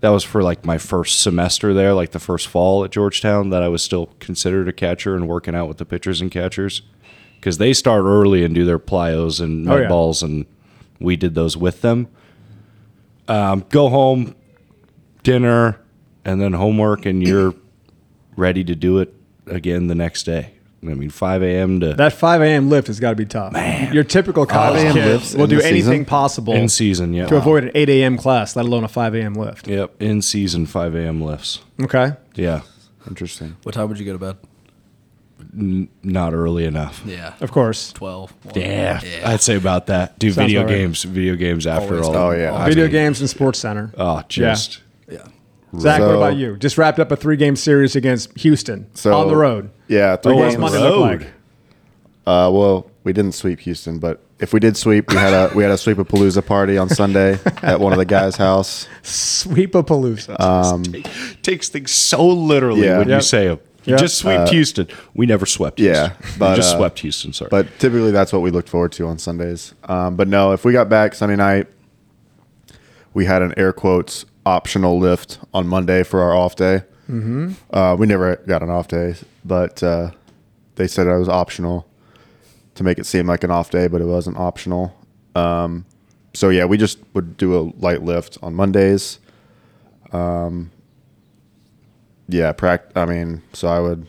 S4: that was for like my first semester there, like the first fall at Georgetown, that I was still considered a catcher and working out with the pitchers and catchers because they start early and do their plyos and
S2: Oh,
S4: med
S2: yeah.
S4: balls, and we did those with them. Um, go home, dinner, and then homework, and you're ready to do it again the next day. I mean, 5 a.m. to
S2: That 5 a.m. lift has got to be tough. Your typical college
S3: 5 a.m.
S2: kid
S3: lifts
S2: will
S3: in
S2: do
S3: the
S2: anything
S3: season?
S2: possible
S4: in season, yeah.
S2: to avoid an 8 a.m. class, let alone a 5 a.m. lift.
S4: Yep, in season 5 a.m. lifts.
S2: Okay.
S4: Yeah,
S3: Interesting.
S5: What time would you go to bed?
S4: not early enough.
S5: Yeah.
S2: Of course.
S5: 12. one.
S4: Yeah, I'd say about that. Do
S2: Sounds
S4: video
S2: about right.
S4: games, video games after
S5: Always.
S4: all.
S3: Oh, yeah.
S4: I
S2: Video
S4: mean,
S2: games and Sports Center.
S4: Oh, just
S5: Yeah.
S2: Zach, what
S3: So-
S2: about you? Just wrapped up a three game series against Houston
S3: So
S2: on the road.
S3: Yeah, three
S2: Oh,
S3: games.
S2: What's Monday look
S4: road.
S2: like?
S3: Uh, well, we didn't sweep Houston, but if we did sweep, we had a we had a sweep a palooza party on Sunday at one of the guys' house.
S2: Sweep a palooza.
S4: Uh, takes things so literally
S3: Yeah. Uh,
S4: when you
S2: Yep.
S4: say them. You
S2: Yep.
S4: just swept Houston. We never swept.
S3: Yeah,
S4: Houston. We
S3: but,
S4: just
S3: uh,
S4: swept Houston. Sorry,
S3: But typically, that's what we looked forward to on Sundays. Um, but no, if we got back Sunday night, we had an air quotes optional lift on Monday for our off day. Mm-hmm. Uh, we never got an off day, but uh, they said it was optional to make it seem like an off day, but it wasn't optional. Um, so yeah, we just would do a light lift on Mondays. Um, yeah, pract- I mean, so I would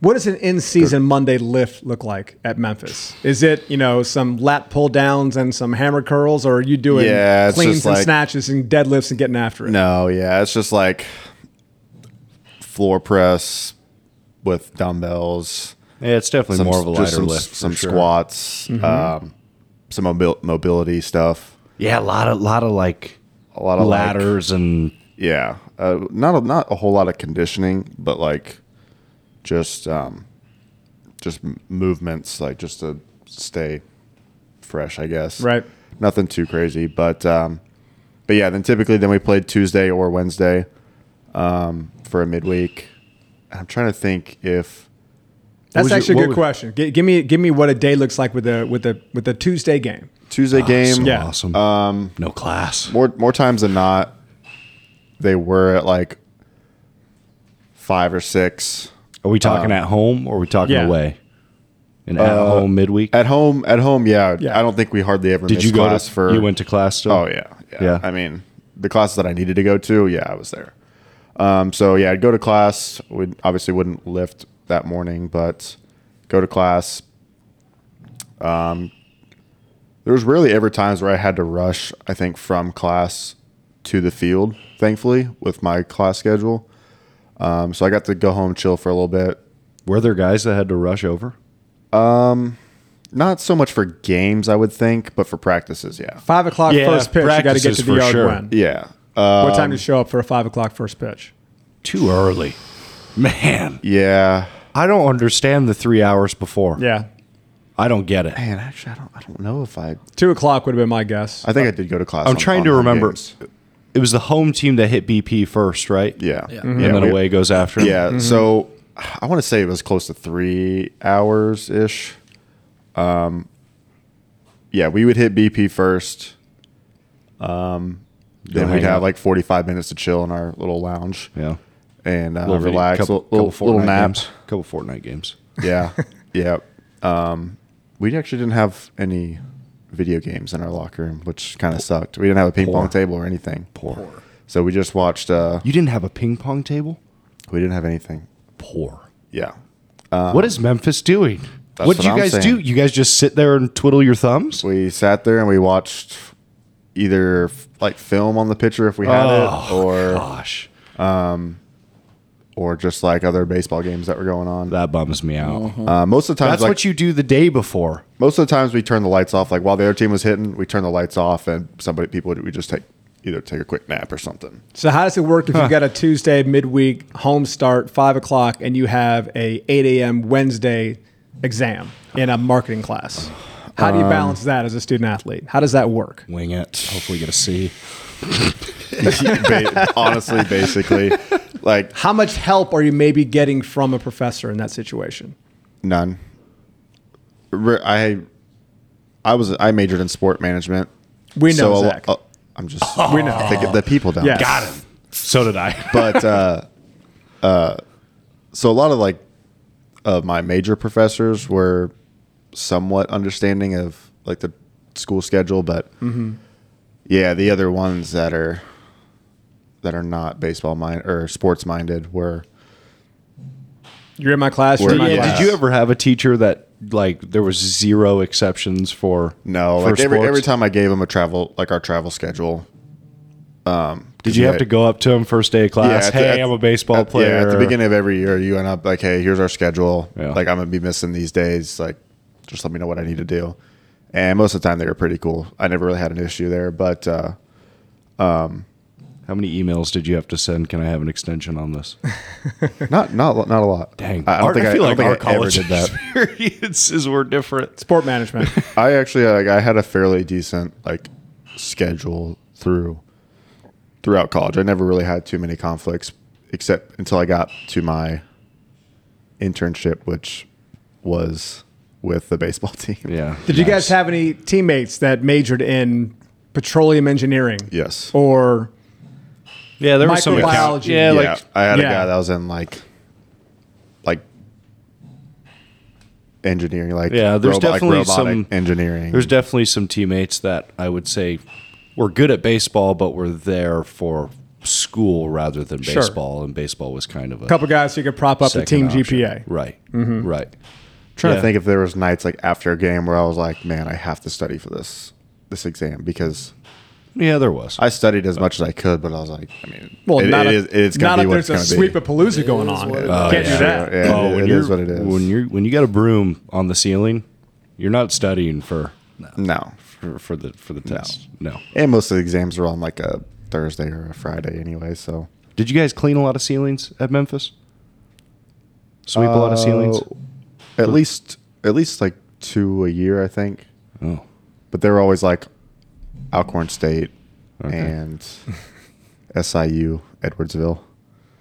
S2: What does an in-season Monday lift look like at Memphis? Is it you know some lat pull downs and some hammer curls, or are you doing
S3: Yeah, it's
S2: cleans
S3: just
S2: and
S3: like-
S2: snatches and deadlifts and getting after it?
S3: No, yeah, it's just like floor press with dumbbells,
S4: yeah, it's definitely more of a lighter
S3: just some,
S4: lift. for
S3: some
S4: sure. Mm-hmm.
S3: squats, um, some mobil- mobility stuff.
S4: Yeah, a lot of lot of like
S3: A lot of like-
S4: ladders and
S3: yeah, uh, not a, not a whole lot of conditioning, but like just um, just m- movements, like just to stay fresh, I guess.
S2: Right.
S3: Nothing too crazy, but um, but yeah. Then typically, then we played Tuesday or Wednesday um, for a midweek. I'm trying to think if
S2: that's
S4: was your-
S2: actually
S4: what
S2: a good
S4: was-
S2: question. Gi- give me give me what a day looks like with a with a with a Tuesday game.
S3: Tuesday
S4: Oh,
S3: game.
S2: Yeah.
S4: awesome. Um, no class.
S3: more more times than not, they were at like five or six
S4: Are we talking
S3: uh,
S4: at home or are we talking
S2: yeah.
S4: away? And at home midweek.
S3: at home. At home, yeah.
S2: Yeah.
S3: I don't think we hardly ever
S4: Did
S3: missed
S4: you go
S3: class
S4: to,
S3: for.
S4: You went to class still.
S3: Oh yeah, yeah,
S4: Yeah.
S3: I mean, the classes that I needed to go to, yeah, I was there. Um, so yeah, I'd go to class. We obviously wouldn't lift that morning, but go to class. Um, there was rarely ever times where I had to rush. I think from class to the field, thankfully, with my class schedule. Um, so I got to go home, chill for a little bit.
S4: Were there guys that had to rush over?
S3: Not so much for games, I would think, but for practices, yeah,
S2: Five o'clock
S4: Yeah,
S2: first pitch. You got to get
S4: practices
S2: to the
S4: for
S2: yard
S4: sure.
S2: when.
S3: yeah. Uh,
S2: what time to show up for a five o'clock first pitch?
S4: Too early, man.
S3: yeah.
S4: I don't understand the three hours before.
S2: Yeah,
S4: I don't get it.
S3: Man, actually, I don't, I don't know if I
S2: two o'clock would have been my guess.
S3: I think I did go to class.
S4: I'm
S3: on-
S4: trying
S3: on
S4: to
S3: home
S4: remember.
S3: games.
S4: It was the home team that hit BP first, right?
S3: Yeah.
S5: Yeah.
S4: And then
S3: we-
S4: away goes after him.
S3: Yeah. So I want to say it was close to three hours ish. Um, yeah, we would hit BP first. Um, then we'd
S4: hang
S3: have
S4: out.
S3: like 45 minutes to chill in our little lounge
S4: Yeah.
S3: and uh,
S4: Little video-
S3: relax,
S4: couple-
S3: little, little,
S4: couple
S3: little
S4: Fortnite
S3: nap.
S4: Games, couple Fortnite games.
S3: Yeah. yeah. Um, we actually didn't have any video games in our locker room, which kind of sucked. We didn't have a ping
S4: Poor.
S3: pong table or anything.
S4: Poor.
S3: So we just watched. Uh,
S4: You didn't have a ping pong table?
S3: we didn't have anything.
S4: Poor.
S3: Yeah.
S4: what is Memphis doing?
S3: Uh, That's
S4: what
S3: what
S4: did you
S3: I'm
S4: guys
S3: saying.
S4: do? You guys just sit there and twiddle your thumbs?
S3: We sat there and we watched either f- like film on the pitcher if we had
S4: Oh,
S3: it, or
S4: gosh.
S3: or just like other baseball games that were going on.
S4: That bums me out.
S3: Uh, most of the times,
S4: That's
S3: like,
S4: what you do the day before.
S3: most of the times we turn the lights off. Like while the other team was hitting, we turn the lights off, and somebody people would we just take either take a quick nap or something.
S2: So how does it work if you've got a Tuesday midweek home start five o'clock and you have a eight a.m. Wednesday exam in a marketing class? How
S4: Um,
S2: do you balance that as a student athlete? How does that work?
S4: Wing it. Hopefully, get a C.
S3: Ba- honestly, basically, like
S2: How much help are you maybe getting from a professor in that situation?
S3: None. Re- I I was I majored in sport management.
S2: We know,
S3: a lo-
S2: Zach.
S3: uh, I'm just
S2: We know.
S3: thinking the people down.
S2: Yes.
S4: Got him. So did I.
S3: But uh, uh, so a lot of like of my major professors were somewhat understanding of like the school schedule, but
S2: Mm-hmm.
S3: yeah, the other ones that are that are not baseball mind or sports minded were
S2: You're in my class. You're in my
S3: Yeah,
S2: class.
S4: Did you ever have a teacher that like there was zero exceptions for
S3: no
S4: for
S3: like every
S4: sports?
S3: every time I gave them a travel like our travel schedule.
S4: Did you have
S3: Yeah.
S4: to go up to him first day of class?
S3: at the-
S4: Uh, hey,
S3: at-
S4: I'm a baseball
S3: at-
S4: player.
S3: Yeah, at the beginning of every year, you end up like, hey, here's our schedule.
S4: Yeah.
S3: Like, I'm gonna be missing these days. Like, just let me know what I need to do. And most of the time, they were pretty cool. I never really had an issue there, but uh,
S4: How many emails did you have to send? Can I have an extension on this?
S3: not not not a lot.
S4: Dang,
S3: I, I don't
S4: Our-
S3: think I,
S4: feel
S3: I
S4: like
S3: don't
S4: our
S3: think I ever
S4: college
S3: did that.
S4: experiences were different.
S2: Sport management.
S3: I actually like I had a fairly decent like schedule through throughout college. I never really had too many conflicts except until I got to my internship, which was with the baseball team.
S4: Yeah.
S2: Did you guys have any teammates that majored in petroleum engineering?
S3: Yes.
S2: Or
S4: Yeah, there was some account.
S2: Microbiology.
S4: Oh, Yeah,
S3: yeah,
S4: like
S3: I had
S2: yeah.
S3: a guy that was in like, like engineering, like
S4: Yeah, there's
S3: robo- like
S4: definitely
S3: robotic
S4: some-
S3: engineering.
S4: there's definitely some teammates that I would say were good at baseball, but were there for school rather than
S2: Sure.
S4: baseball, and baseball was kind of a
S2: a couple guys who could prop up the
S4: second
S2: team
S4: option.
S2: GPA?
S4: Right.
S2: Mm-hmm.
S4: Right.
S3: trying
S4: yeah.
S3: to think if there was nights like after a game where I was like, man, I have to study for this this exam because
S4: Yeah, there was.
S3: I studied as much as I could, but I was like, I mean,
S2: Well,
S3: it-
S2: not
S3: it
S2: if-
S3: is- it's
S2: not
S3: gonna be
S2: if
S3: what it's
S2: there's a
S3: gonna be.
S2: sweep of palooza going on. Can't
S3: yeah.
S2: do that.
S3: Yeah,
S4: Oh,
S3: it-
S4: when
S3: it
S4: you're-
S3: is what it is.
S4: When you when you got a broom on the ceiling, you're not studying for
S3: no,
S4: for, for the for the test. no.
S3: and most of the exams are on like a Thursday or a Friday anyway, so.
S4: Did you guys clean a lot of ceilings at Memphis? Sweep a lot
S3: Uh,
S4: of ceilings.
S3: At least, at least like two a year, I think.
S4: Oh,
S3: but they were always like Alcorn State
S4: Okay.
S3: and SIU Edwardsville.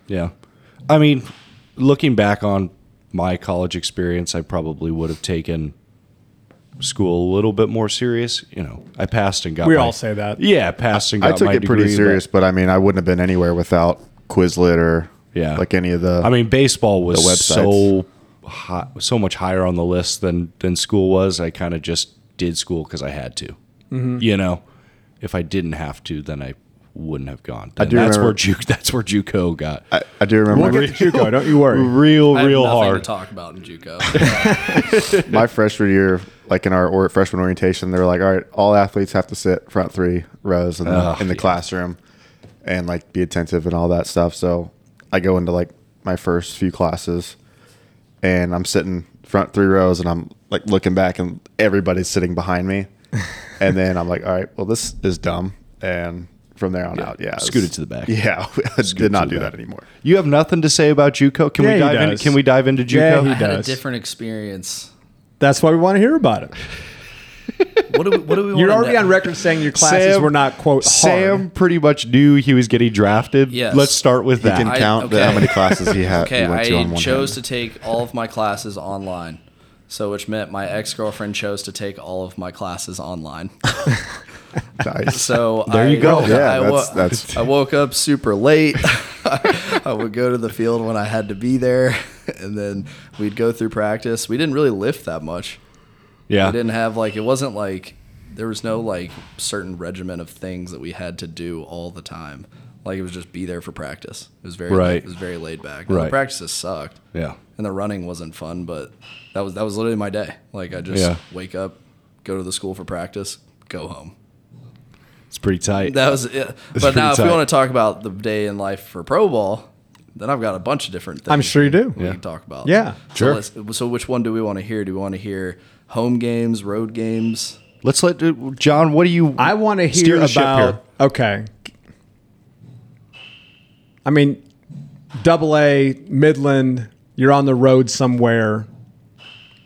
S4: yeah. I mean, looking back on my college experience, I probably would have taken school a little bit more serious. You know, I passed and got.
S2: We
S4: my-
S2: all say that.
S4: Yeah, passed and got.
S3: I took
S4: my
S3: it pretty
S4: degree, but-
S3: serious, but, I mean, I wouldn't have been anywhere without Quizlet or
S4: Yeah.
S3: like any of the.
S4: I mean, baseball was
S3: uh, The websites.
S4: so high, so much higher on the list than than school was. I kind of just did school because I had to.
S2: Mm-hmm.
S4: You know, if I didn't have to, then I wouldn't have gone. And
S3: do
S4: that's
S3: remember-
S4: where Ju- that's where JUCO got
S3: I, I do remember
S2: We'll get to JUCO. Don't you worry.
S4: real,
S5: I have
S4: real
S5: nothing
S4: hard.
S5: to talk about in JUCO.
S3: my freshman year, like in our or freshman orientation, they were like, all right, all athletes have to sit front three rows in the,
S4: Ugh,
S3: in the
S4: yeah.
S3: classroom and like be attentive and all that stuff. So I go into like my first few classes and I'm sitting front three rows and I'm like looking back and everybody's sitting behind me. and then I'm like, all right, well, this is dumb. And from there on out, yeah. it's-
S4: Scooted to the back.
S3: Yeah. I did
S4: to
S3: not
S4: the
S3: do
S4: back.
S3: that anymore.
S4: You have nothing to say about JUCO? Can
S2: Yeah,
S4: we
S2: he
S4: dive in?
S2: does.
S4: Can we dive into
S2: Yeah,
S4: JUCO?
S2: he
S5: I had a
S2: does.
S5: different experience.
S2: That's why we want to hear about it.
S5: What do we? What do we?
S2: You're
S5: want
S2: already
S5: to-
S2: on record saying your classes
S4: Sam-
S2: were not quote
S4: Sam
S2: hard.
S4: pretty much knew he was getting drafted.
S5: Yes.
S4: Let's start with
S3: You
S4: that.
S3: can
S5: I-
S3: count
S5: okay.
S3: how many classes he had.
S5: Okay,
S3: he went
S5: I
S3: to on one
S5: chose
S3: hand.
S5: to take all of my classes online, so which meant my ex girlfriend chose to take all of my classes online.
S3: Nice.
S5: So
S4: There
S5: I,
S4: you go.
S3: Yeah,
S5: I,
S3: that's-
S5: wo-
S3: that's-
S5: I woke up super late. I would go to the field when I had to be there, and then we'd go through practice. We didn't really lift that much.
S4: yeah.
S5: We didn't have like it wasn't like there was no like certain regiment of things that we had to do all the time. Like it was just be there for practice. It was very
S4: Right.
S5: It was very laid back. Now,
S4: Right.
S5: The practices sucked.
S4: Yeah.
S5: And the running wasn't fun, but that was that was literally my day. Like I just
S4: Yeah.
S5: wake up, go to the school for practice, go home.
S4: It's pretty tight.
S5: That was it. But
S4: pretty
S5: now, if
S4: tight.
S5: we want to talk about the day in life for pro ball, Then I've got a bunch of different things.
S2: I'm sure you do.
S5: we can talk about.
S2: Yeah.
S5: So
S4: Sure.
S5: let's- So, which one do we want to hear? Do we want to hear home games, road games?
S4: Let's let uh, John. What do you?
S2: I want to
S4: Steer
S2: hear
S4: the ship
S2: about. Okay. I mean, double A, Midland, you're on the road somewhere.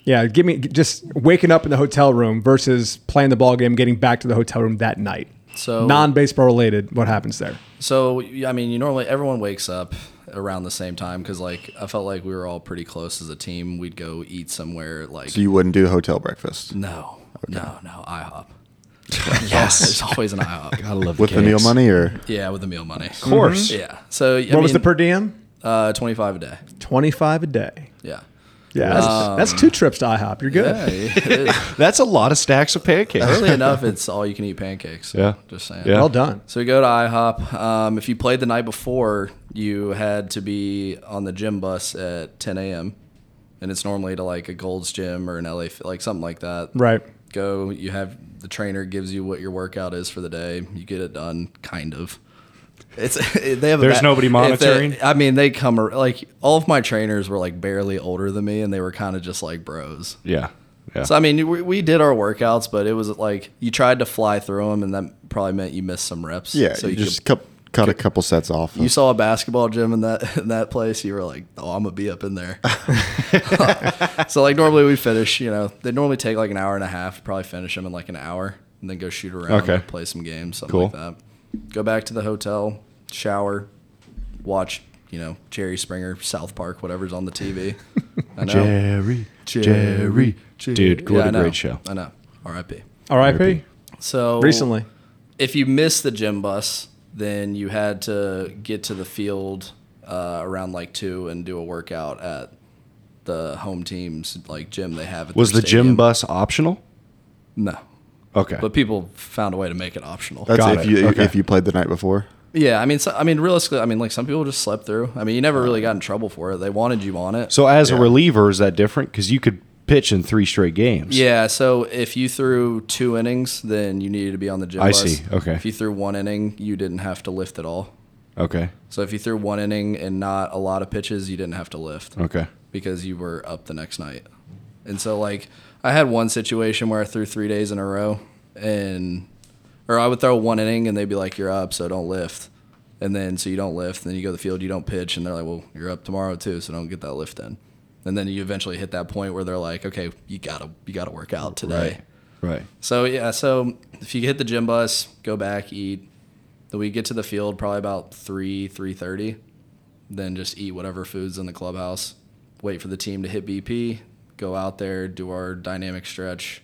S2: Yeah, give me just waking up in the hotel room versus playing the ball game, getting back to the hotel room that night.
S5: So
S2: Non baseball related, what happens there?
S5: So y- I mean, you normally everyone wakes up around the same time because like I felt like we were all pretty close as a team. We'd go eat somewhere like
S3: So you wouldn't do hotel breakfast
S5: no, no, no IHOP. yes, there's always an IHOP.
S4: I love
S3: with the meal
S4: cakes.
S3: money, or
S5: Yeah, with the meal money. Of
S2: course.
S5: Yeah. So I
S2: What was the
S5: mean,
S2: per diem?
S5: uh, twenty five a day?
S2: 25 a day.
S5: Yeah.
S2: Yeah, that's, that's two trips to IHOP. You're good.
S5: Um, Yeah, it is.
S4: That's a lot of stacks of pancakes.
S2: Uh-huh.
S5: Early enough, it's all you can eat pancakes.
S4: Yeah.
S5: Just saying.
S4: Yeah.
S2: Well done.
S5: So we go to IHOP. Um, if you played the night before, you had to be on the gym bus at 10 a.m. And it's normally to like a Gold's Gym or an LA, Fit- like something like that.
S2: Right.
S5: Go, you have the trainer gives you what your workout is for the day. You get it done, kind of. It's they have a
S4: There's
S5: bad-
S4: nobody
S5: if they-
S4: monitoring?
S5: I mean, they come ar- like all of my trainers were like barely older than me, and they were kind of just like bros.
S4: Yeah. Yeah.
S5: So I mean, we, we did our workouts, but it was like you tried to fly through them, and that probably meant you missed some reps.
S3: yeah,
S5: So
S3: you,
S5: you,
S3: just
S5: could,
S3: cut, cut a couple sets off.
S5: you saw a basketball gym in that in that place. You were like, oh, I'm gonna be up in there. so like normally we finish. You know, they normally take like an hour and a half. Probably finish them in like an hour, and then go shoot around.
S4: Okay.
S5: Play some games, something
S4: Cool.
S5: like that. Go back to the hotel, shower, watch. You know, Jerry Springer, South Park, whatever's on the TV. I know.
S4: Jerry, Jerry, dude, what
S5: Yeah, I
S4: a
S5: know.
S4: great show.
S5: I know. R.I.P.
S2: RIP.
S5: So
S2: Recently.
S5: if you missed the gym bus, then you had to get to the field uh, around like two and do a workout at the home team's like gym they have. At
S4: Was
S5: their
S4: the gym
S5: stadium.
S4: bus optional?
S5: No,
S4: Okay.
S5: but people found a way to make it optional.
S3: That's
S4: Got
S3: if
S4: it.
S3: you
S4: Okay.
S3: if you played the night before.
S5: yeah, I mean, so, I mean, realistically, I mean, like some people just slept through. I mean, you never really got in trouble for it. They wanted you on it.
S4: so as a reliever, is that different? Because you could pitch in three straight games.
S5: Yeah, so if you threw two innings, then you needed to be on the gym.
S4: I
S5: bus.
S4: see, okay.
S5: If you threw one inning, you didn't have to lift at all.
S4: Okay.
S5: So if you threw one inning and not a lot of pitches, you didn't have to lift
S4: Okay.
S5: because you were up the next night. And so like I had one situation where I threw three days in a row and or I would throw one inning and they'd be like, You're up, so don't lift. And then so you don't lift, and then you go to the field, you don't pitch, and they're like, Well, you're up tomorrow too, so don't get that lift in. And then you eventually hit that point where they're like, Okay, you gotta you gotta work out today.
S4: Right.
S5: So yeah, so if you hit the gym bus, go back, eat. Then we get to the field probably about three, three thirty. Then just eat whatever foods in the clubhouse. Wait for the team to hit BP. Go out there, do our dynamic stretch,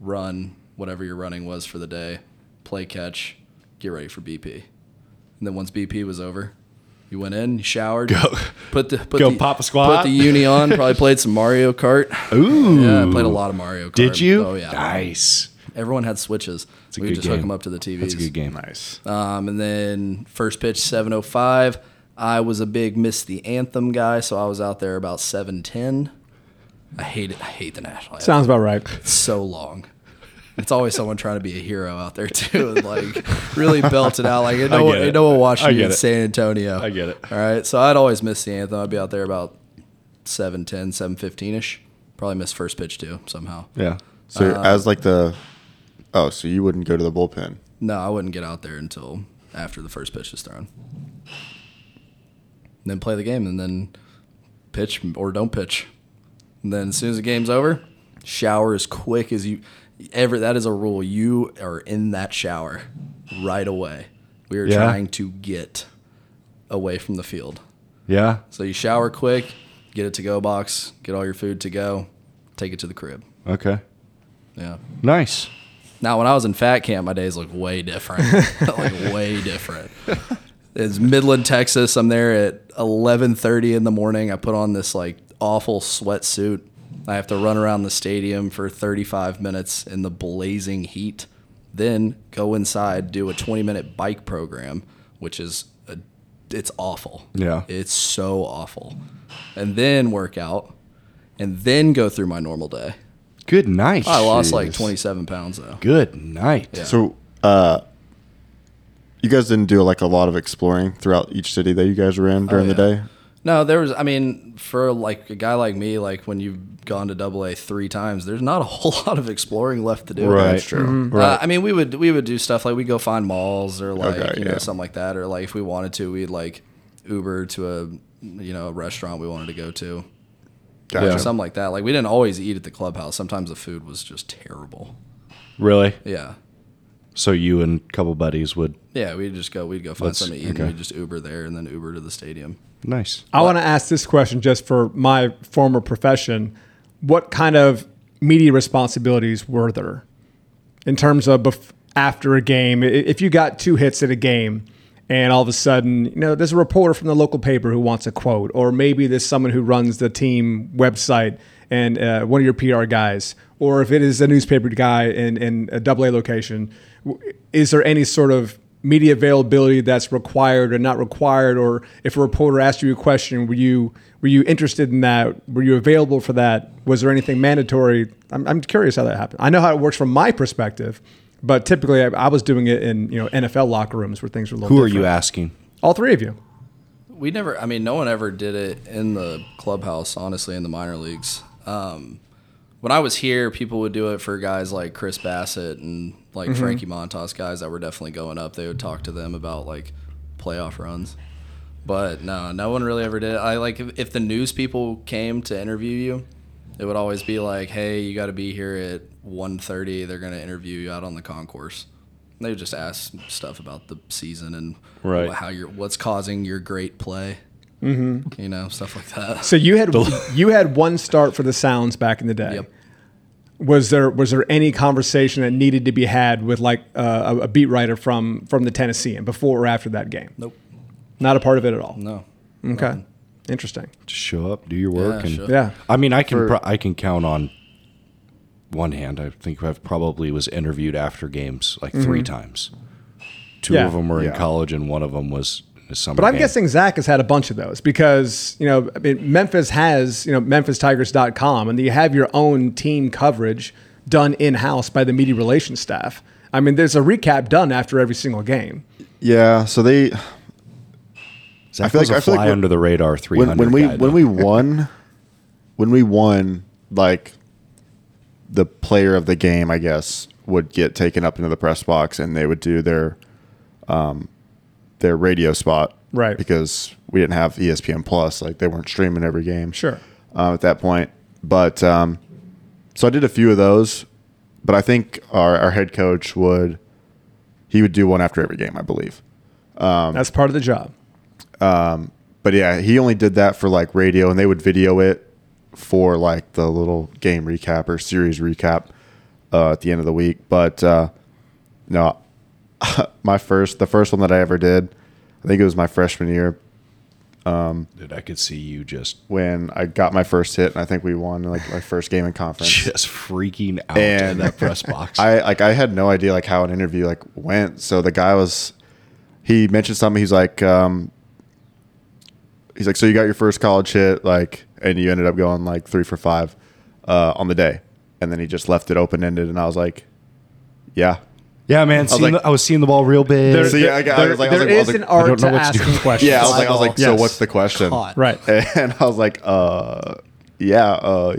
S5: run whatever your running was for the day, play catch, get ready for BP. And then once BP was over, you went in, you showered, go put the put
S4: Go
S5: the,
S4: pop a squat.
S5: put the uni on. Probably played some Mario Kart.
S4: Ooh.
S5: Yeah, I played a lot of Mario Kart.
S4: Did you?
S5: Oh yeah.
S4: Nice.
S5: Everyone had switches.
S4: a good
S5: we would just hook
S4: game.
S5: them up to the TVs.
S4: That's a good game.
S3: Nice.
S5: Um, and then first pitch 7:05. I was a big miss the anthem guy, so I was out there about 7:10. I hate it. I hate the national anthem.
S2: Sounds about right.
S5: It's so long. It's always someone trying to be a hero out there too, and like really belt it out. Like no
S4: get
S5: one,
S4: it.
S5: no one
S4: I
S5: watching you
S4: get
S5: in
S4: it.
S5: San Antonio.
S4: I get it.
S5: All right, so I'd always miss the anthem. I'd be out there about 7:10, 7:15 ish. Probably miss first pitch too somehow.
S4: Yeah.
S3: So you're- as like the oh, so you wouldn't go to the bullpen.
S5: No, I wouldn't get out there until after the first pitch is thrown. And then play the game and then pitch or don't pitch. And then as soon as the game's over, shower as quick as you ever that is a rule. You are in that shower right away. We are
S4: Yeah.
S5: trying to get away from the field.
S4: Yeah.
S5: So you shower quick, get it to go box, get all your food to go, take it to the crib.
S4: Okay.
S5: Yeah.
S4: Nice.
S5: Now, when I was in fat camp, my days look way different. like way different. It's Midland, Texas. I'm there at 11:30 in the morning. I put on this like awful sweatsuit. I have to run around the stadium for 35 minutes in the blazing heat. Then go inside, do a 20-minute bike program, which is a, it's awful.
S4: Yeah.
S5: It's so awful. And then work out and then go through my normal day.
S4: Good night.
S5: I lost like
S4: Jeez.
S5: 27 pounds though.
S4: Good night.
S3: So uh, you guys didn't do like a lot of exploring throughout each city that you guys were in during
S5: yeah.
S3: the day.
S5: No, there was. I mean, for like a guy like me, like when you've gone to Double A three times, there's not a whole lot of exploring left to do.
S4: Right.
S3: That's true.
S5: Uh, I mean, we would we would do stuff like we go find malls or like
S3: Okay,
S5: you
S3: yeah.
S5: know something like that, or like if we wanted to, we'd like Uber to a you know a restaurant we wanted to go to,
S3: Gotcha.
S5: or something like that. Like we didn't always eat at the clubhouse. Sometimes the food was just terrible.
S4: Really?
S5: Yeah,
S4: So you and a couple buddies would.
S5: yeah. We'd just go. We'd go find
S4: That's-
S5: something to eat,
S4: okay.
S5: and we'd just Uber there, and then Uber to the stadium.
S4: Nice.
S2: I want to ask this question just for my former profession. What kind of media responsibilities were there in terms of bef- after a game? I- If you got two hits at a game and all of a sudden, you know, there's a reporter from the local paper who wants a quote, or maybe there's someone who runs the team website and uh, one of your PR guys, or if it is a newspaper guy in, in a double A location, w- is there any sort of media availability that's required or not required or if a reporter asked you a question were you were you interested in that were you available for that was there anything mandatory i'm, I'm curious how that happened i know how it works from my perspective but typically I, I was doing it in you know nfl locker rooms where things were a little
S4: Who are you
S2: different.
S4: asking?
S2: all three of you
S5: We never. I mean, no one ever did it in the clubhouse. Honestly, in the minor leagues. Um, when I was here, people would do it for guys like Chris Bassett and like Frankie Montas, guys that were definitely going up. They would talk to them about like playoff runs. But no, no one really ever did. it. I like if, if the news people came to interview you, it would always be like, "Hey, you got to be here at 1.30. They're going to interview you out on the concourse." And They would just ask stuff about the season and
S4: Right.
S5: wh- how you're, what's causing your great play, mm-hmm. you know, stuff like that.
S2: so you had you had one start for the sounds back in the day
S5: Yep.
S2: was there was there any conversation that needed to be had with like uh, a, a beat writer from from the Tennessean before or after that game?
S5: Nope.
S2: Not a part of it at all.
S5: No.
S2: Okay, interesting.
S4: Just show up, do your work,
S5: Yeah,
S4: and
S5: show up.
S2: Yeah,
S4: I mean, I can pro- I can count on one hand. I think I've probably was interviewed after games like three times. Two
S2: Yeah.
S4: of them were in
S3: Mm-hmm. Yeah.
S4: college, and one of them was a summer.
S2: but I'm
S4: game.
S2: guessing Zach has had a bunch of those because you know I mean, Memphis has you know MemphisTigers.com and you have your own team coverage done in house by the media relations staff. I mean, there's a recap done after every single game.
S3: Yeah. So they
S4: Zach
S3: I feel
S4: was
S3: like-
S4: a
S3: I feel
S4: fly
S3: like when-
S4: under the radar. Three
S3: when, when
S4: hundred.
S3: we when we won, when we won, like the player of the game, I guess, would get taken up into the press box, and they would do their um, their radio spot,
S2: Right.
S3: Because we didn't have E ESPN Plus, like they weren't streaming every game,
S2: Sure.
S3: uh, at that point. But um, so I did a few of those, but I think our, our head coach would he would do one after every game, I believe.
S2: Um, That's part of the job.
S3: But yeah, he only did that for like radio, and they would video it for like the little game recap or series recap uh, at the end of the week. But uh, no, my first, the first one that I ever did, I think it was my freshman year
S4: Dude, I could see you just
S3: when I got my first hit, and I think we won like my first game in conference.
S4: just freaking out in
S3: And-
S4: that press box.
S3: I like I had no idea like how an interview like went. So the guy was he mentioned something. He's like, um, he's like, so you got your first college hit, like, and you ended up going like three for five uh, on the day, and then he just left it open ended, and I was like, yeah,
S4: yeah, man. seeing the- I was,
S3: like-
S4: seeing the ball real big.
S3: There- So, yeah, I got- I was like- I was
S2: there
S3: like- I was
S2: is
S3: like,
S2: an
S3: I don't
S2: art
S4: know
S2: to
S4: what to do.
S2: asking questions.
S3: yeah. I was like, I was like, so
S2: Yes.
S3: what's the question?
S5: Caught.
S2: Right.
S3: And I was like, uh, yeah, uh,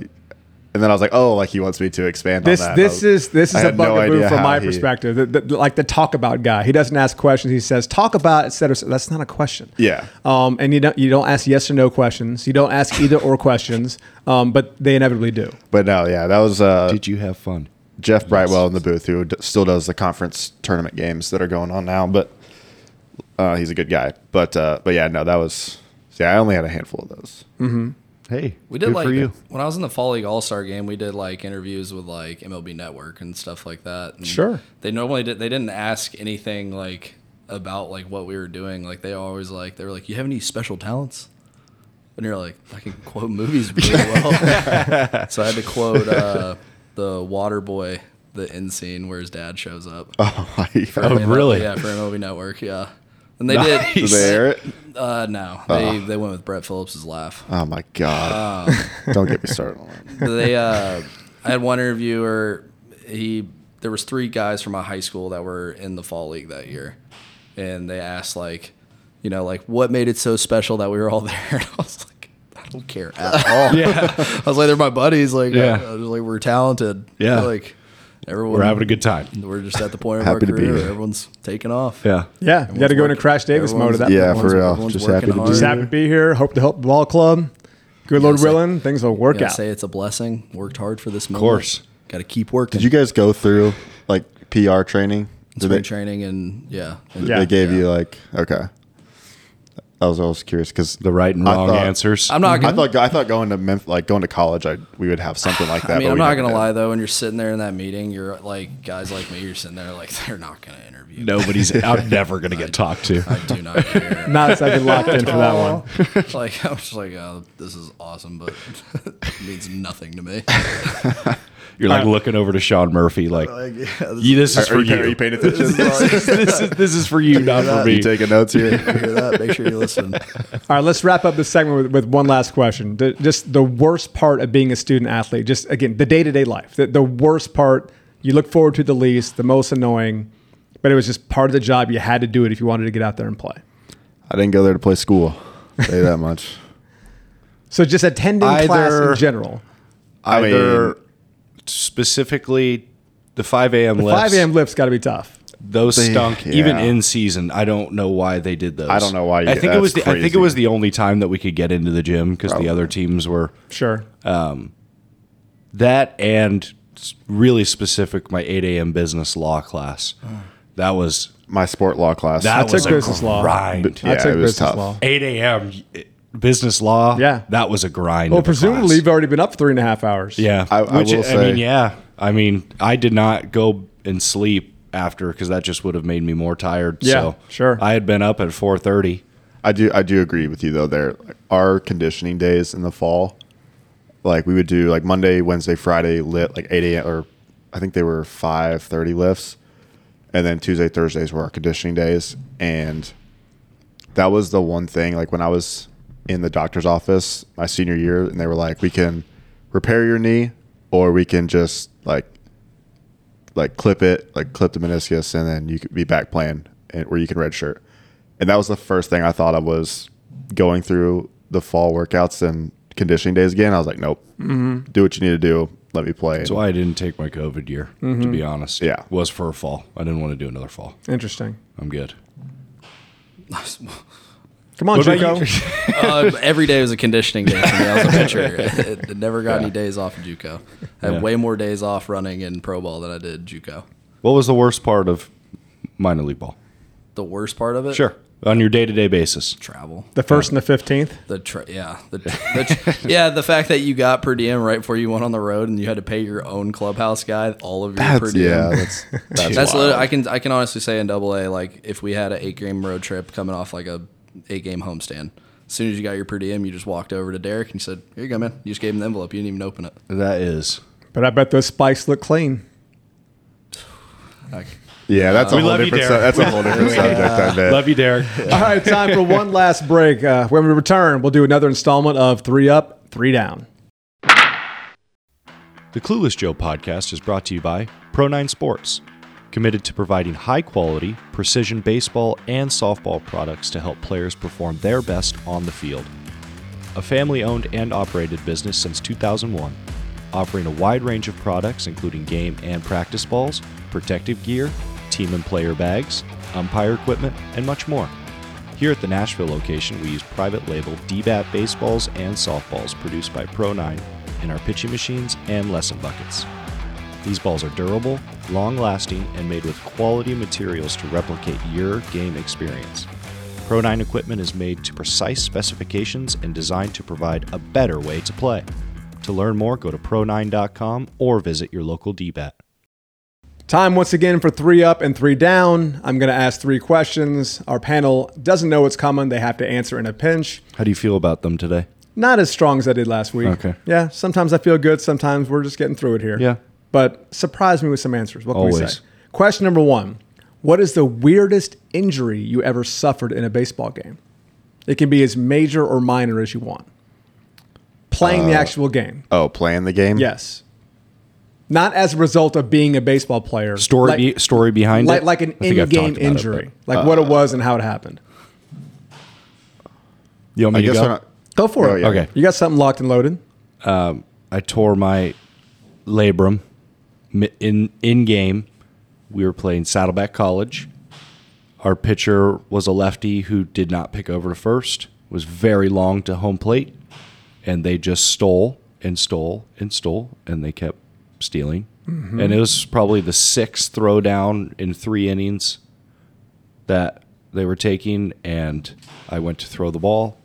S3: and then I was like, oh, like he wants me to expand
S2: This
S3: on that.
S2: this is this is
S3: I
S2: a
S3: had no
S2: bugaboo
S3: idea
S2: from
S3: how
S2: my
S3: he-
S2: perspective. The- the- like the talk about guy, he doesn't ask questions. He says talk about etc. That's not a question.
S3: Yeah.
S2: Um, and you don't you don't ask yes or no questions. You don't ask either or questions. Um, but they inevitably do.
S3: But no, yeah, that was uh,
S4: Did you have fun?
S3: Jeff Brightwell in the booth, who d- still does the conference tournament games that are going on now, but uh, he's a good guy. But uh, but yeah, no, that was yeah. I only had a handful of those.
S4: Hey,
S5: We did
S4: good
S5: like
S4: for you.
S5: when I was in the Fall League All Star game, we did like interviews with like MLB Network and stuff like that. And
S2: Sure.
S5: They normally did. They didn't ask anything like about like what we were doing. Like they always like they were like, "You have any special talents?" And you're like, "I can quote movies really well." so I had to quote uh, the Water Boy, the end scene where his dad shows up.
S3: Oh,
S5: For MLB
S4: really?
S5: Yeah, for MLB Network. Yeah. And they
S3: Did
S5: did.
S3: they air it?
S5: Uh, no, they
S4: Oh.
S5: they went with Brett Phillips's laugh.
S3: Oh my god! Don't get me started on that.
S5: they uh, I had one interviewer. He there was three guys from my high school that were in the fall league that year, and they asked like, You know, like what made it so special that we were all there? And I was like, I don't care at
S3: Oh.
S5: all.
S4: Yeah.
S5: I was like, they're my buddies. Like,
S4: Yeah.
S5: I, I was like we're talented.
S4: Yeah.
S5: Like everyone,
S4: We're having a good time.
S5: we're just at the point of
S3: Happy
S5: our
S3: to be
S5: career.
S3: here.
S5: Everyone's taking off.
S4: Yeah.
S2: Yeah, you got to go into Crash Davis mode at that.
S3: Yeah,
S2: Yeah,
S3: for real. Just happy to be
S2: just happy to be here. Hope to help the ball club. Good Lord
S5: it's like-
S2: willing, things will work
S5: Gotta
S2: out.
S5: say it's a blessing. Worked hard for this moment.
S4: course.
S5: Got to keep working.
S3: Did you guys go through like PR training? Did
S5: Spring
S3: they,
S5: training and yeah. And
S2: Yeah.
S3: they gave
S5: Yeah.
S3: you like okay. I was always curious because
S4: The right and
S3: I
S4: wrong
S3: thought-
S4: answers.
S5: I'm not
S3: Mm-hmm. I
S5: gonna.
S3: thought I thought going to Memphis, like going to college, I we would have something like that.
S5: I mean,
S3: but
S5: I'm
S3: we
S5: not
S3: never
S5: gonna
S3: did.
S5: lie though. When you're sitting there in that meeting, you're like guys like me. You're sitting there like they're not gonna interview. me.
S4: Nobody's. I'm never gonna get talked to.
S5: I do not care.
S2: Not as I've been locked in for that one.
S5: like I was just like, oh, this is awesome, but it means nothing to me.
S4: You're like looking over to Sean Murphy, like,
S5: this
S4: "Yeah, this is
S3: Are
S4: for
S3: you, are you
S4: you.
S3: paying attention?
S4: this is this is for you, not for
S3: you
S4: me.
S3: taking notes here?
S5: Hear that? Make sure you listen.
S2: All right, let's wrap up this segment with, with one last question. The, just the worst part of being a student athlete, just again, the day to day life, the, the worst part you look forward to the least, the most annoying, but it was just part of the job. You had to do it if you wanted to get out there and play.
S3: I didn't go there to play school. Say that much.
S2: So just attending class
S4: Either-
S2: in general.
S3: I mean,
S4: Either specifically the 5 a.m. lifts.
S2: 5 a.m. lifts got to be tough.
S4: Those stunk
S3: yeah.
S4: even in season. I don't know why they did those.
S3: I don't know why you
S4: I
S3: did-
S4: think it was the,
S3: that's
S4: I think
S3: crazy.
S4: it was the only time that we could get into the gym because the other teams were
S2: Sure.
S4: that and s- really specific my 8 a.m. business law class. That was
S3: my sport law class.
S4: that
S2: took
S4: was a
S2: business law.
S4: grind.
S2: I
S3: Yeah,
S2: took
S3: it was
S2: business
S3: tough.
S2: law.
S4: 8 a.m. y- business law.
S2: Yeah.
S4: that was a grind.
S2: Well,
S4: of a
S2: presumably
S4: class.
S2: you've already been up three and a half hours.
S4: Yeah,
S3: I- I will
S4: I
S3: say-
S4: mean, yeah. I mean, I did not go and sleep after because that just would have made me more tired.
S2: Yeah,
S4: so
S2: sure.
S4: I had been up at four thirty.
S3: I do I do agree with you though. There our conditioning days in the fall, like we would do like Monday, Wednesday, Friday lit like eight a.m. or I think they were five thirty lifts, and then Tuesday, Thursdays were our conditioning days, and that was the one thing. Like when I was in the doctor's office my senior year, and they were like, "We can repair your knee, or we can just like like clip it, like clip the meniscus, and then you could be back playing, and where you can redshirt." And that was the first thing I thought I was going through the fall workouts and conditioning days again. I was like, "Nope, do what you need to do. Let me play."
S4: That's why I didn't take my COVID year. To be honest,
S3: Yeah.
S4: was for a fall. I didn't want to do another fall.
S2: Interesting.
S4: I'm good.
S2: Come on,
S4: What about
S2: Chico.
S4: you?
S5: Uh, every day was a conditioning day for me. I was a pitcher. It, never got any days off in JUCO. I had
S4: Yeah.
S5: way more days off running in pro ball than I did JUCO.
S4: What was the worst part of minor league ball?
S5: The worst part of it,
S4: Sure, on your day to day basis.
S5: travel.
S2: The first and the fifteenth.
S5: The tra- yeah, the, the tr- yeah, the fact that you got per diem right before you went on the road and you had to pay your own clubhouse guy all of your per
S3: that's
S5: diem.
S3: yeah, that's that's,
S5: That's
S3: wild.
S5: lit- I can I can honestly say in Double A, like if we had an eight game road trip coming off like a eight game homestand, as soon as you got your per diem, you just walked over to Derek and you said, "Here you go, man." You just gave him the envelope. You didn't even open it.
S4: That is.
S2: But I bet those spikes look clean.
S5: Like,
S3: yeah, that's a
S4: Uh, We
S3: whole
S4: love you,
S3: different. Su-
S4: Derek.
S3: that's a whole different subject. I bet.
S4: Love you, Derek.
S2: All right, time for one last break. Uh, when we return, we'll do another installment of Three Up, Three Down.
S4: The Clueless Joe podcast is brought to you by Pro9 Sports, committed to providing high quality, precision baseball and softball products to help players perform their best on the field. A family owned and operated business since 2001, offering a wide range of products including game and practice balls, protective gear, team and player bags, umpire equipment, and much more. Here at the Nashville location, we use private label DBAT baseballs and softballs produced by Pro9 in our pitching machines and lesson buckets. These balls are durable, long lasting, and made with quality materials to replicate your game experience. Pro9 equipment is made to precise specifications and designed to provide a better way to play. To learn more, go to pro9.com or visit your local DBAT.
S2: Time once again for Three Up and Three Down. I'm going to ask three questions. Our panel doesn't know what's coming, they have to answer in a pinch.
S4: How do you feel about them today?
S2: Not as strong as I did last week.
S4: Okay.
S2: Yeah, sometimes I feel good, sometimes we're just getting through it here.
S4: Yeah.
S2: But surprise me with some answers. What can we
S4: Always.
S2: say? Question number one What is the weirdest injury you ever suffered in a baseball game? It can be as major or minor as you want. Playing
S4: Uh,
S2: the actual game.
S3: Oh, playing the game.
S2: Yes. Not as a result of being a baseball player.
S4: Story
S2: like,
S4: be, story behind
S2: like,
S4: it, uh,
S2: like an
S4: I think I've
S2: in-game
S4: talked about it,
S2: injury, like what it was and how it happened.
S4: You want me
S3: I
S4: to
S3: guess
S4: go?
S3: I'm not,
S2: Go for
S3: Oh,
S2: it.
S3: yeah.
S4: Okay.
S2: You got something locked and loaded.
S4: I tore my labrum Mi- in in game. We were playing Saddleback College. Our pitcher was a lefty who did not pick over to first. Was very long to home plate, and they just stole and stole and stole, and they kept stealing. And it was probably the sixth throw down in three innings that they were taking, and I went to throw the ball,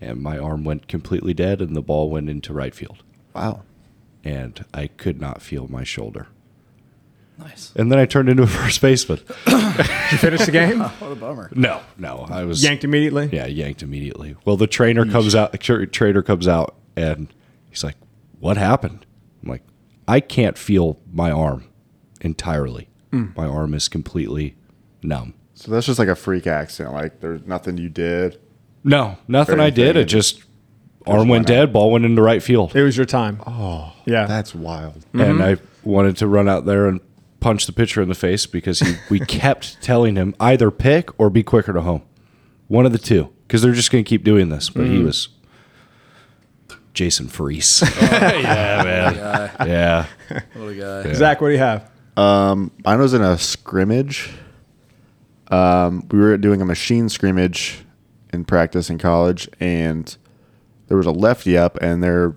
S4: and my arm went completely dead, and the ball went into right field
S3: wow.
S4: and I could not feel my shoulder.
S5: Nice.
S4: And then I turned into a first baseman.
S2: You finished the game?
S5: What a bummer.
S4: No, no, I was
S2: Yanked immediately?
S4: Yeah, yanked immediately. Well, the trainer comes out. The tra- trainer comes out, and he's like, "What happened?" I'm like, "I can't feel my arm entirely. My arm is completely numb.
S3: So that's just like a freak accident. Like there's nothing you did.
S4: No, nothing I did.
S3: Everything.
S4: It just arm went dead. Ball went into right field.
S2: It was your time. Oh. Yeah.
S3: That's wild.
S4: and I wanted to run out there and punch the pitcher in the face because he, we kept telling him either pick or be quicker to home, one of the two, because they're just going to keep doing this. But he was Jason Freese. yeah, man. Yeah.
S5: What a guy.
S2: Zach, what do you have?
S3: Mine was in a scrimmage. Um, we were doing a machine scrimmage in practice in college, and there was a lefty up, and there,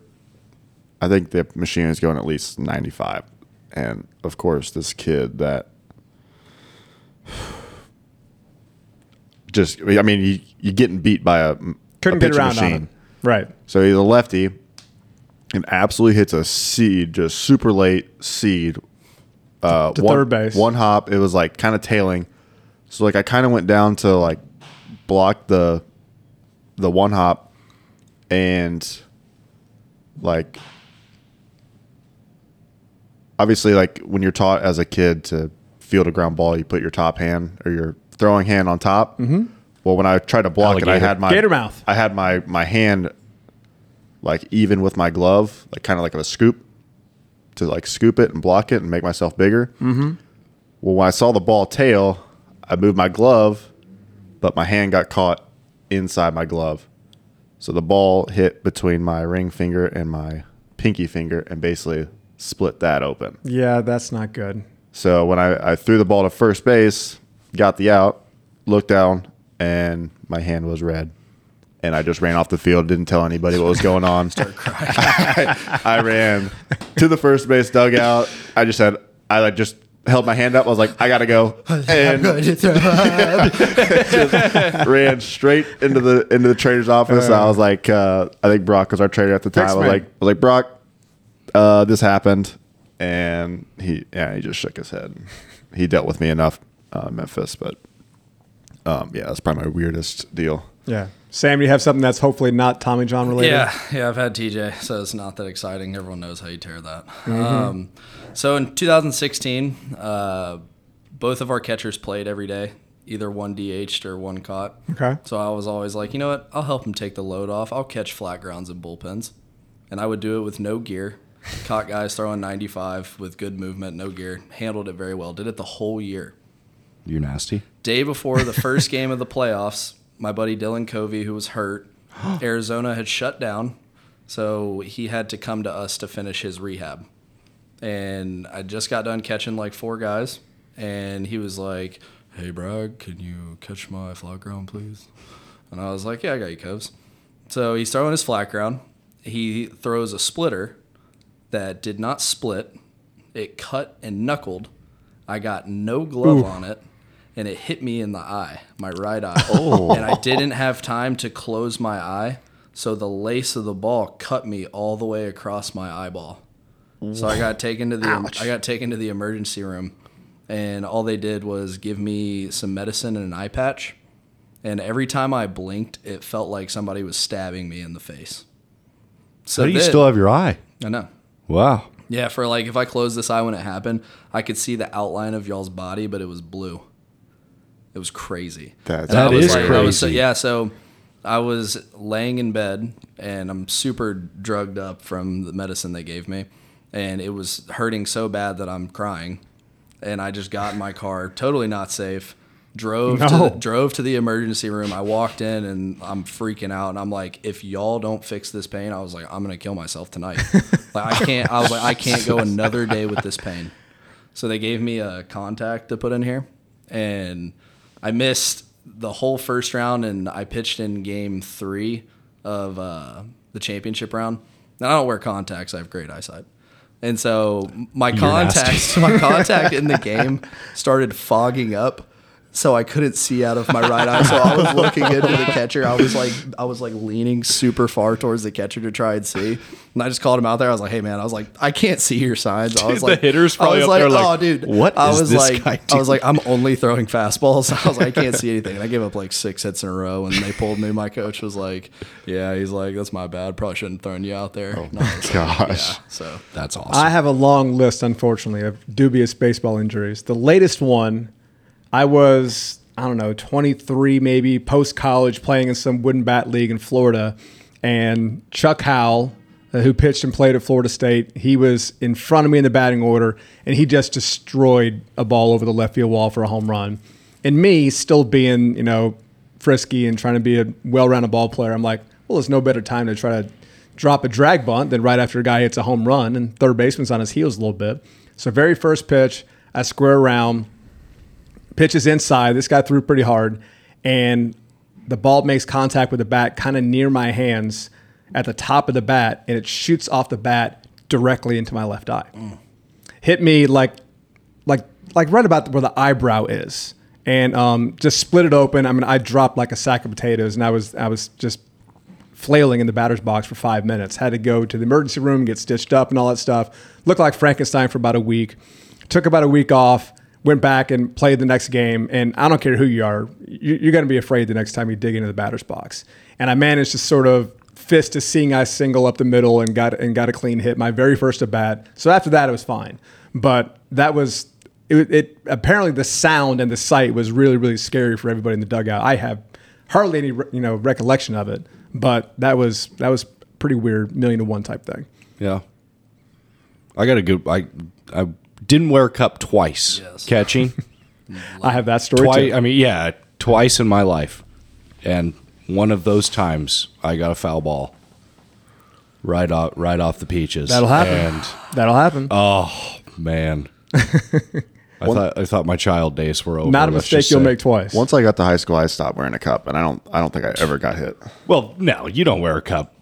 S3: I think the machine is going at least ninety-five, and of course this kid that just, I mean, you, you're getting beat by a
S2: Couldn't
S3: a
S2: get
S3: pitching
S2: around on
S3: machine.
S2: him. Right.
S3: So he's a lefty and absolutely hits a seed, just super late seed. Uh,
S2: To
S3: one,
S2: third base.
S3: One hop. It was like kind of tailing. So like I kind of went down to like block the the one hop and like obviously like when you're taught as a kid to field a ground ball, you put your top hand or your throwing hand on top. Mm-hmm. Well, when I tried to block it, I
S4: Alligator.
S3: had my
S2: Gator mouth.
S3: I had my my hand like even with my glove, like kind of like a scoop to like scoop it and block it and make myself bigger. Mm-hmm. Well, when I saw the ball tail, I moved my glove, but my hand got caught inside my glove. So the ball hit between my ring finger and my pinky finger and basically split that open.
S2: Yeah, that's not good.
S3: So when I, I threw the ball to first base, got the out, looked down, and my hand was red. And I just ran off the field, didn't tell anybody what was going on. I, I ran to the first base dugout. I just said, I like just held my hand up. I was like, I gotta go, and ran straight into the into the trainer's office. I was like, uh, I think Brock was our trainer at the time. I was
S2: X-Men.
S3: like, I was like Brock, uh, this happened, and he yeah he just shook his head. He dealt with me enough, uh, Memphis, but um, yeah, that's probably my weirdest deal.
S2: Yeah. Sam, do you have something that's hopefully not Tommy John related?
S5: Yeah, yeah, I've had TJ, so it's not that exciting. Everyone knows how you tear that.
S2: Mm-hmm.
S5: Um, so in 2016, uh, both of our catchers played every day, either one DH'd or one caught.
S2: Okay.
S5: So I was always like, you know what? I'll help him take the load off. I'll catch flat grounds and bullpens, and I would do it with no gear. Caught guys throwing 95 with good movement, no gear. Handled it very well. Did it the whole year
S4: You're nasty.
S5: day before the first game of the playoffs, my buddy Dylan Covey, who was hurt, Arizona had shut down. So he had to come to us to finish his rehab. And I just got done catching like four guys. And he was like, Hey, Bragg, can you catch my flat ground, please? And I was like, Yeah, I got you, Cubs. So he's throwing his flat ground. He throws a splitter that did not split, it cut and knuckled. I got no glove on it, and it hit me in the eye, my right eye. Oh. And I didn't have time to close my eye, so the lace of the ball cut me all the way across my eyeball. So I got taken to the I got taken to the emergency room, and all they did was give me some medicine and an eye patch. And every time I blinked, it felt like somebody was stabbing me in the face. So
S4: How do you
S5: then-
S4: still have your eye?
S5: I know.
S4: Wow.
S5: Yeah, for like if I closed this eye when it happened, I could see the outline of y'all's body, but it was blue. It was crazy.
S3: That's
S4: That
S5: I was
S4: is
S5: like- I was so-
S4: crazy.
S5: yeah, so I was laying in bed and I'm super drugged up from the medicine they gave me, and it was hurting so bad that I'm crying, and I just got in my car, totally not safe, Drove
S2: No.
S5: to, drove to the emergency room. I walked in and I'm freaking out and I'm like, if y'all don't fix this pain, I was like, I'm gonna kill myself tonight. like I can't. I was like, I can't go another day with this pain. So they gave me a contact to put in here, and I missed the whole first round, and I pitched in game three of uh, the championship round. And I don't wear contacts; I have great eyesight, and so my contacts, my contact in the game started fogging up. So I couldn't see out of my right eye. So I was looking into the catcher. I was like, I was like leaning super far towards the catcher to try and see. And I just called him out there. I was like, Hey man, I was like, I can't see your signs. I was
S4: the
S5: like,
S4: hitter's probably
S5: I was
S4: up
S5: like,
S4: there like,
S5: oh, dude,
S4: "What
S5: I
S4: is
S5: was
S4: this
S5: like,
S4: guy
S5: I was like, I'm only throwing fastballs. I was like, I can't see anything. And I gave up like six hits in a row, and they pulled me. My coach was like, Yeah, he's like, that's my bad. Probably shouldn't have thrown you out
S4: Oh,
S5: there. And I was like,
S3: Gosh.
S5: yeah. So
S4: That's awesome.
S2: I have a long list, unfortunately, of dubious baseball injuries. The latest one, I was, I don't know, 23 maybe, post college, playing in some wooden bat league in Florida. And Chuck Howell, uh, who pitched and played at Florida State, he was in front of me in the batting order, and he just destroyed a ball over the left field wall for a home run. And me, still being, you know, frisky and trying to be a well rounded ball player, I'm like, well, there's no better time to try to drop a drag bunt then right after a guy hits a home run and third baseman's on his heels a little bit. So very first pitch, I square around, pitches inside. This guy threw pretty hard, and the ball makes contact with the bat kind of near my hands at the top of the bat, and it shoots off the bat directly into my left eye. Hit me like like like right about where the eyebrow is, and um, just split it open. I mean, I dropped like a sack of potatoes, and I was I was just flailing in the batter's box for five minutes. Had to go to the emergency room, get stitched up, and all that stuff. Looked like Frankenstein for about a week. Took about a week off. Went back and played the next game. And I don't care who you are, you- you're going to be afraid the next time you dig into the batter's box. And I managed to sort of fist a seeing eye single up the middle and got and got a clean hit. My very first at bat. So after that, it was fine. But that was. It, it apparently the sound and the sight was really really scary for everybody in the dugout. I have hardly any you know recollection of it, but that was that was pretty weird million to one type thing.
S4: Yeah. I got a good. I I didn't wear a cup twice
S5: Yes.
S4: catching.
S2: I have that story
S4: twice.
S2: too.
S4: I mean, yeah, twice in my life, and one of those times I got a foul ball. Right off, right off the peaches.
S2: That'll happen.
S4: And
S2: That'll happen.
S4: Oh, man, I thought I thought my child days were over.
S2: Not a
S4: let's
S2: mistake
S4: just
S2: you'll
S4: say.
S2: make twice.
S3: Once I got to high school, I stopped wearing a cup, and I don't. I don't think I ever got hit.
S4: Well, no, you don't wear a cup.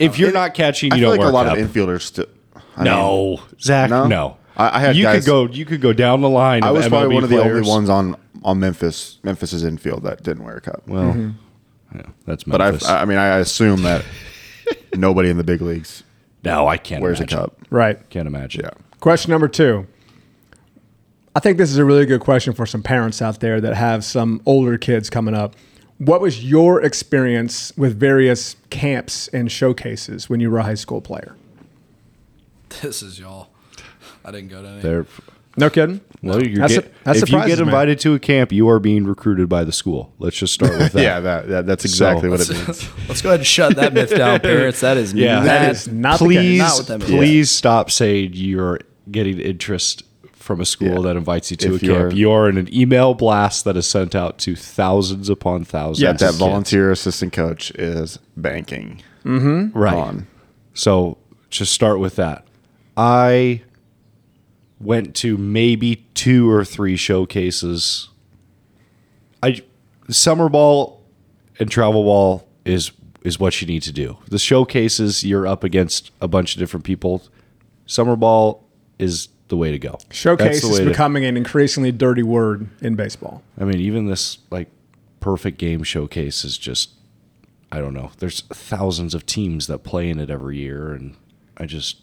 S4: If you're not catching,
S3: I
S4: you
S3: feel
S4: don't
S3: like a
S4: wear
S3: lot
S4: a cup.
S3: of infielders. St- I mean,
S4: no, Zach,
S3: No?
S4: no.
S3: I- I had
S4: you
S3: guys-
S4: could go. You could go down the line.
S3: I
S4: of
S3: was probably
S4: MLB
S3: one of the only
S4: players.
S3: ones on on Memphis Memphis's infield that didn't wear a cup.
S4: Well, yeah, that's
S3: but
S4: Memphis.
S3: I, I mean, I assume that nobody in the big leagues
S4: no, I can't.
S3: wears
S4: imagine.
S3: a cup.
S2: right.
S4: Can't imagine.
S3: Yeah.
S2: Question number two. I think this is a really good question for some parents out there that have some older kids coming up. What was your experience with various camps and showcases when you were a high school player?
S5: this is y'all. I didn't go to any.
S4: There.
S2: No kidding.
S4: Well, you
S2: That's
S4: get,
S2: su- that
S4: if you
S2: surprises
S4: get
S2: me.
S4: invited to a camp, you are being recruited by the school. Let's just start with that.
S3: Yeah, that, that that's exactly what it means.
S5: Let's go ahead and shut that myth down, parents. That is
S4: Yeah.
S5: mad.
S2: That is not the case.
S4: please,
S5: Not what that means.
S4: please stop saying you're getting interest from a school
S3: Yeah.
S4: that invites you to
S3: If
S4: a
S3: you're-
S4: camp. You're in an email blast that is sent out to thousands upon thousands.
S2: Yes.
S4: of
S3: That
S4: kids.
S3: volunteer assistant coach is banking
S4: right.
S3: on.
S4: So just start with that. I went to maybe two or three showcases. I summer ball and travel ball is is what you need to do. The showcases you're up against a bunch of different people. Summer ball is the way to go. That's
S2: Showcase
S4: the
S2: is
S4: way to-
S2: becoming an increasingly dirty word in baseball.
S4: I mean, even this like perfect game showcase is just I don't know. There's thousands of teams that play in it every year, and I just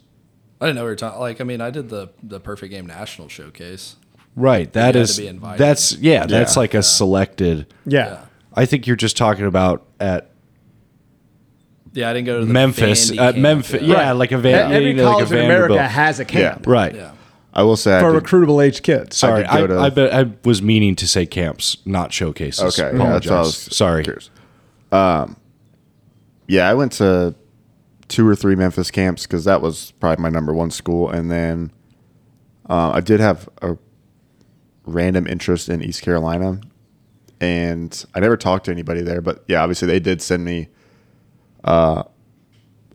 S5: I didn't know we were talking. Like, I mean, I did the the perfect game national showcase.
S4: Right. That
S5: had to
S4: is.
S5: be invited.
S4: That's yeah. That's like a selected.
S2: yeah.
S4: I think you're just talking about at
S5: Yeah, I didn't go to the
S4: Memphis.
S5: Vandy
S4: At
S5: camp,
S4: Memphis. Yeah. Like a Van.
S2: Every
S4: you know, like
S2: college
S4: a
S2: in America
S4: Vanderbilt.
S2: has a camp
S4: Right.
S5: Yeah.
S3: I will say, I
S2: for
S3: did-
S2: recruitable age kids.
S4: Sorry,
S3: I
S4: I,
S3: could go to-
S4: I, bet- I was meaning to say camps, not showcases.
S3: okay, yeah,
S4: Apologize.
S3: that's what I was
S4: Sorry.
S3: curious. Um, yeah, I went to two or three Memphis camps because that was probably my number one school, and then uh, I did have a random interest in East Carolina, and I never talked to anybody there, but yeah, obviously they did send me uh,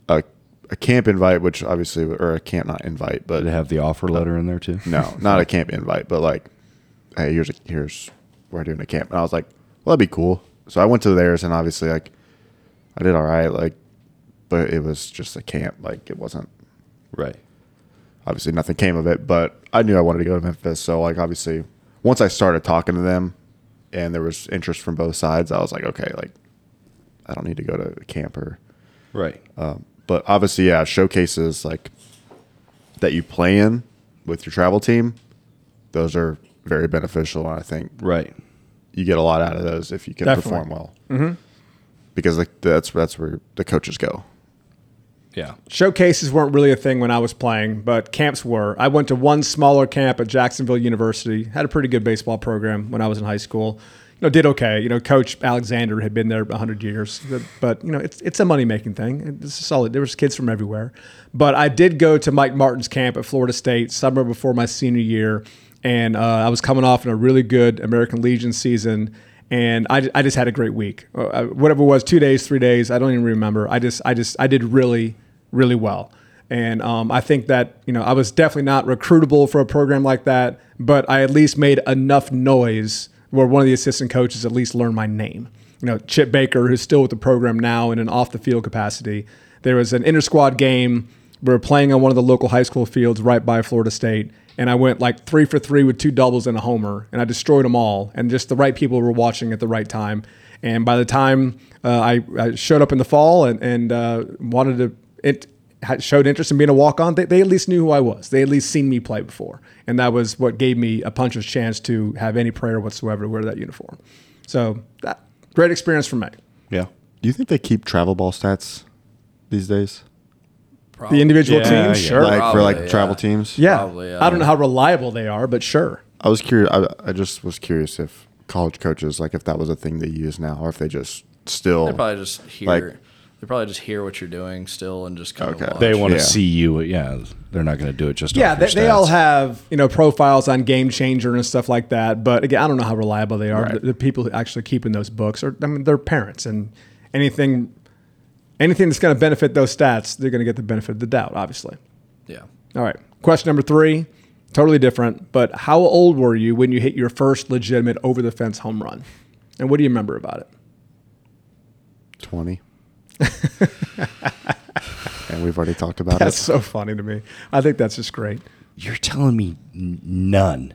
S3: a a camp invite, which obviously or a camp not invite, but
S4: Did it have the offer letter in there too?
S3: no, not a camp invite, but like, hey, here's a, here's we're doing a camp, and I was like, well, that'd be cool. So I went to theirs, and obviously, like, I did all right, like, but it was just a camp, like it wasn't
S4: Right.
S3: obviously nothing came of it, but I knew I wanted to go to Memphis. So like obviously once I started talking to them and there was interest from both sides, I was like, okay, like I don't need to go to a camper.
S4: Right.
S3: Uh, Um, But obviously, yeah, showcases like that you play in with your travel team, those are very beneficial and I think
S4: right.
S3: you get a lot out of those if you can
S2: Definitely.
S3: perform well. Mm-hmm. Because like that's that's where the coaches go.
S4: Yeah.
S2: Showcases weren't really a thing when I was playing, but camps were. I went to one smaller camp at Jacksonville University. Had a pretty good baseball program when I was in high school. You know, did okay. You know, Coach Alexander had been there 100 years, but, but you know, it's it's a money making thing. It's solid. There was kids from everywhere, but I did go to Mike Martin's camp at Florida State summer before my senior year, and uh, I was coming off in a really good American Legion season, and I, I just had a great week. Uh, I- Whatever it was, two days, three days, I don't even remember. I just I just I did really really well, and um, I think that you know I was definitely not recruitable for a program like that, but I at least made enough noise where one of the assistant coaches at least learned my name. You know, Chip Baker, who's still with the program now in an off the field capacity. There was an inter squad game. We were playing on one of the local high school fields right by Florida State. And I went like three for three with two doubles and a homer. And I destroyed them all. And just the right people were watching at the right time. And by the time uh, I, I showed up in the fall and, and uh, wanted to, it had showed interest in being a walk on, they, they at least knew who I was. They at least seen me play before. And that was what gave me a puncher's chance to have any prayer whatsoever to wear that uniform. So that great experience for me.
S4: Yeah.
S3: Do you think they keep travel ball stats these days?
S2: The individual
S4: Oh, Yeah,
S2: teams,
S4: yeah.
S2: sure.
S3: like for like
S5: Probably, yeah.
S3: travel teams?
S2: Yeah.
S5: Probably,
S2: I don't know how reliable they are, but sure.
S3: I was curious. I, I just was curious if college coaches, like, if that was a thing they use now, or if they just still.
S5: They probably just hear.
S3: Like-
S5: they probably just hear what you're doing still and just kind
S3: Okay.
S5: of watch.
S4: They want to
S3: Yeah.
S4: see you. Yeah. They're not going to do it just.
S2: Yeah,
S4: off your
S2: they, they all
S4: stats.
S2: have you know profiles on Game Changer and stuff like that. But again, I don't know how reliable they are.
S3: Right.
S2: The, the people who actually keeping those books are, I mean, their parents and anything, anything that's going to benefit those stats, they're going to get the benefit of the doubt, obviously.
S5: yeah.
S2: All right. Question number three, totally different. But how old were you when you hit your first legitimate over the fence home run, and what do you remember about it?
S3: 20. and we've already talked about
S2: That's
S3: it.
S2: so funny to me. I think that's just great.
S4: You're telling me n- none.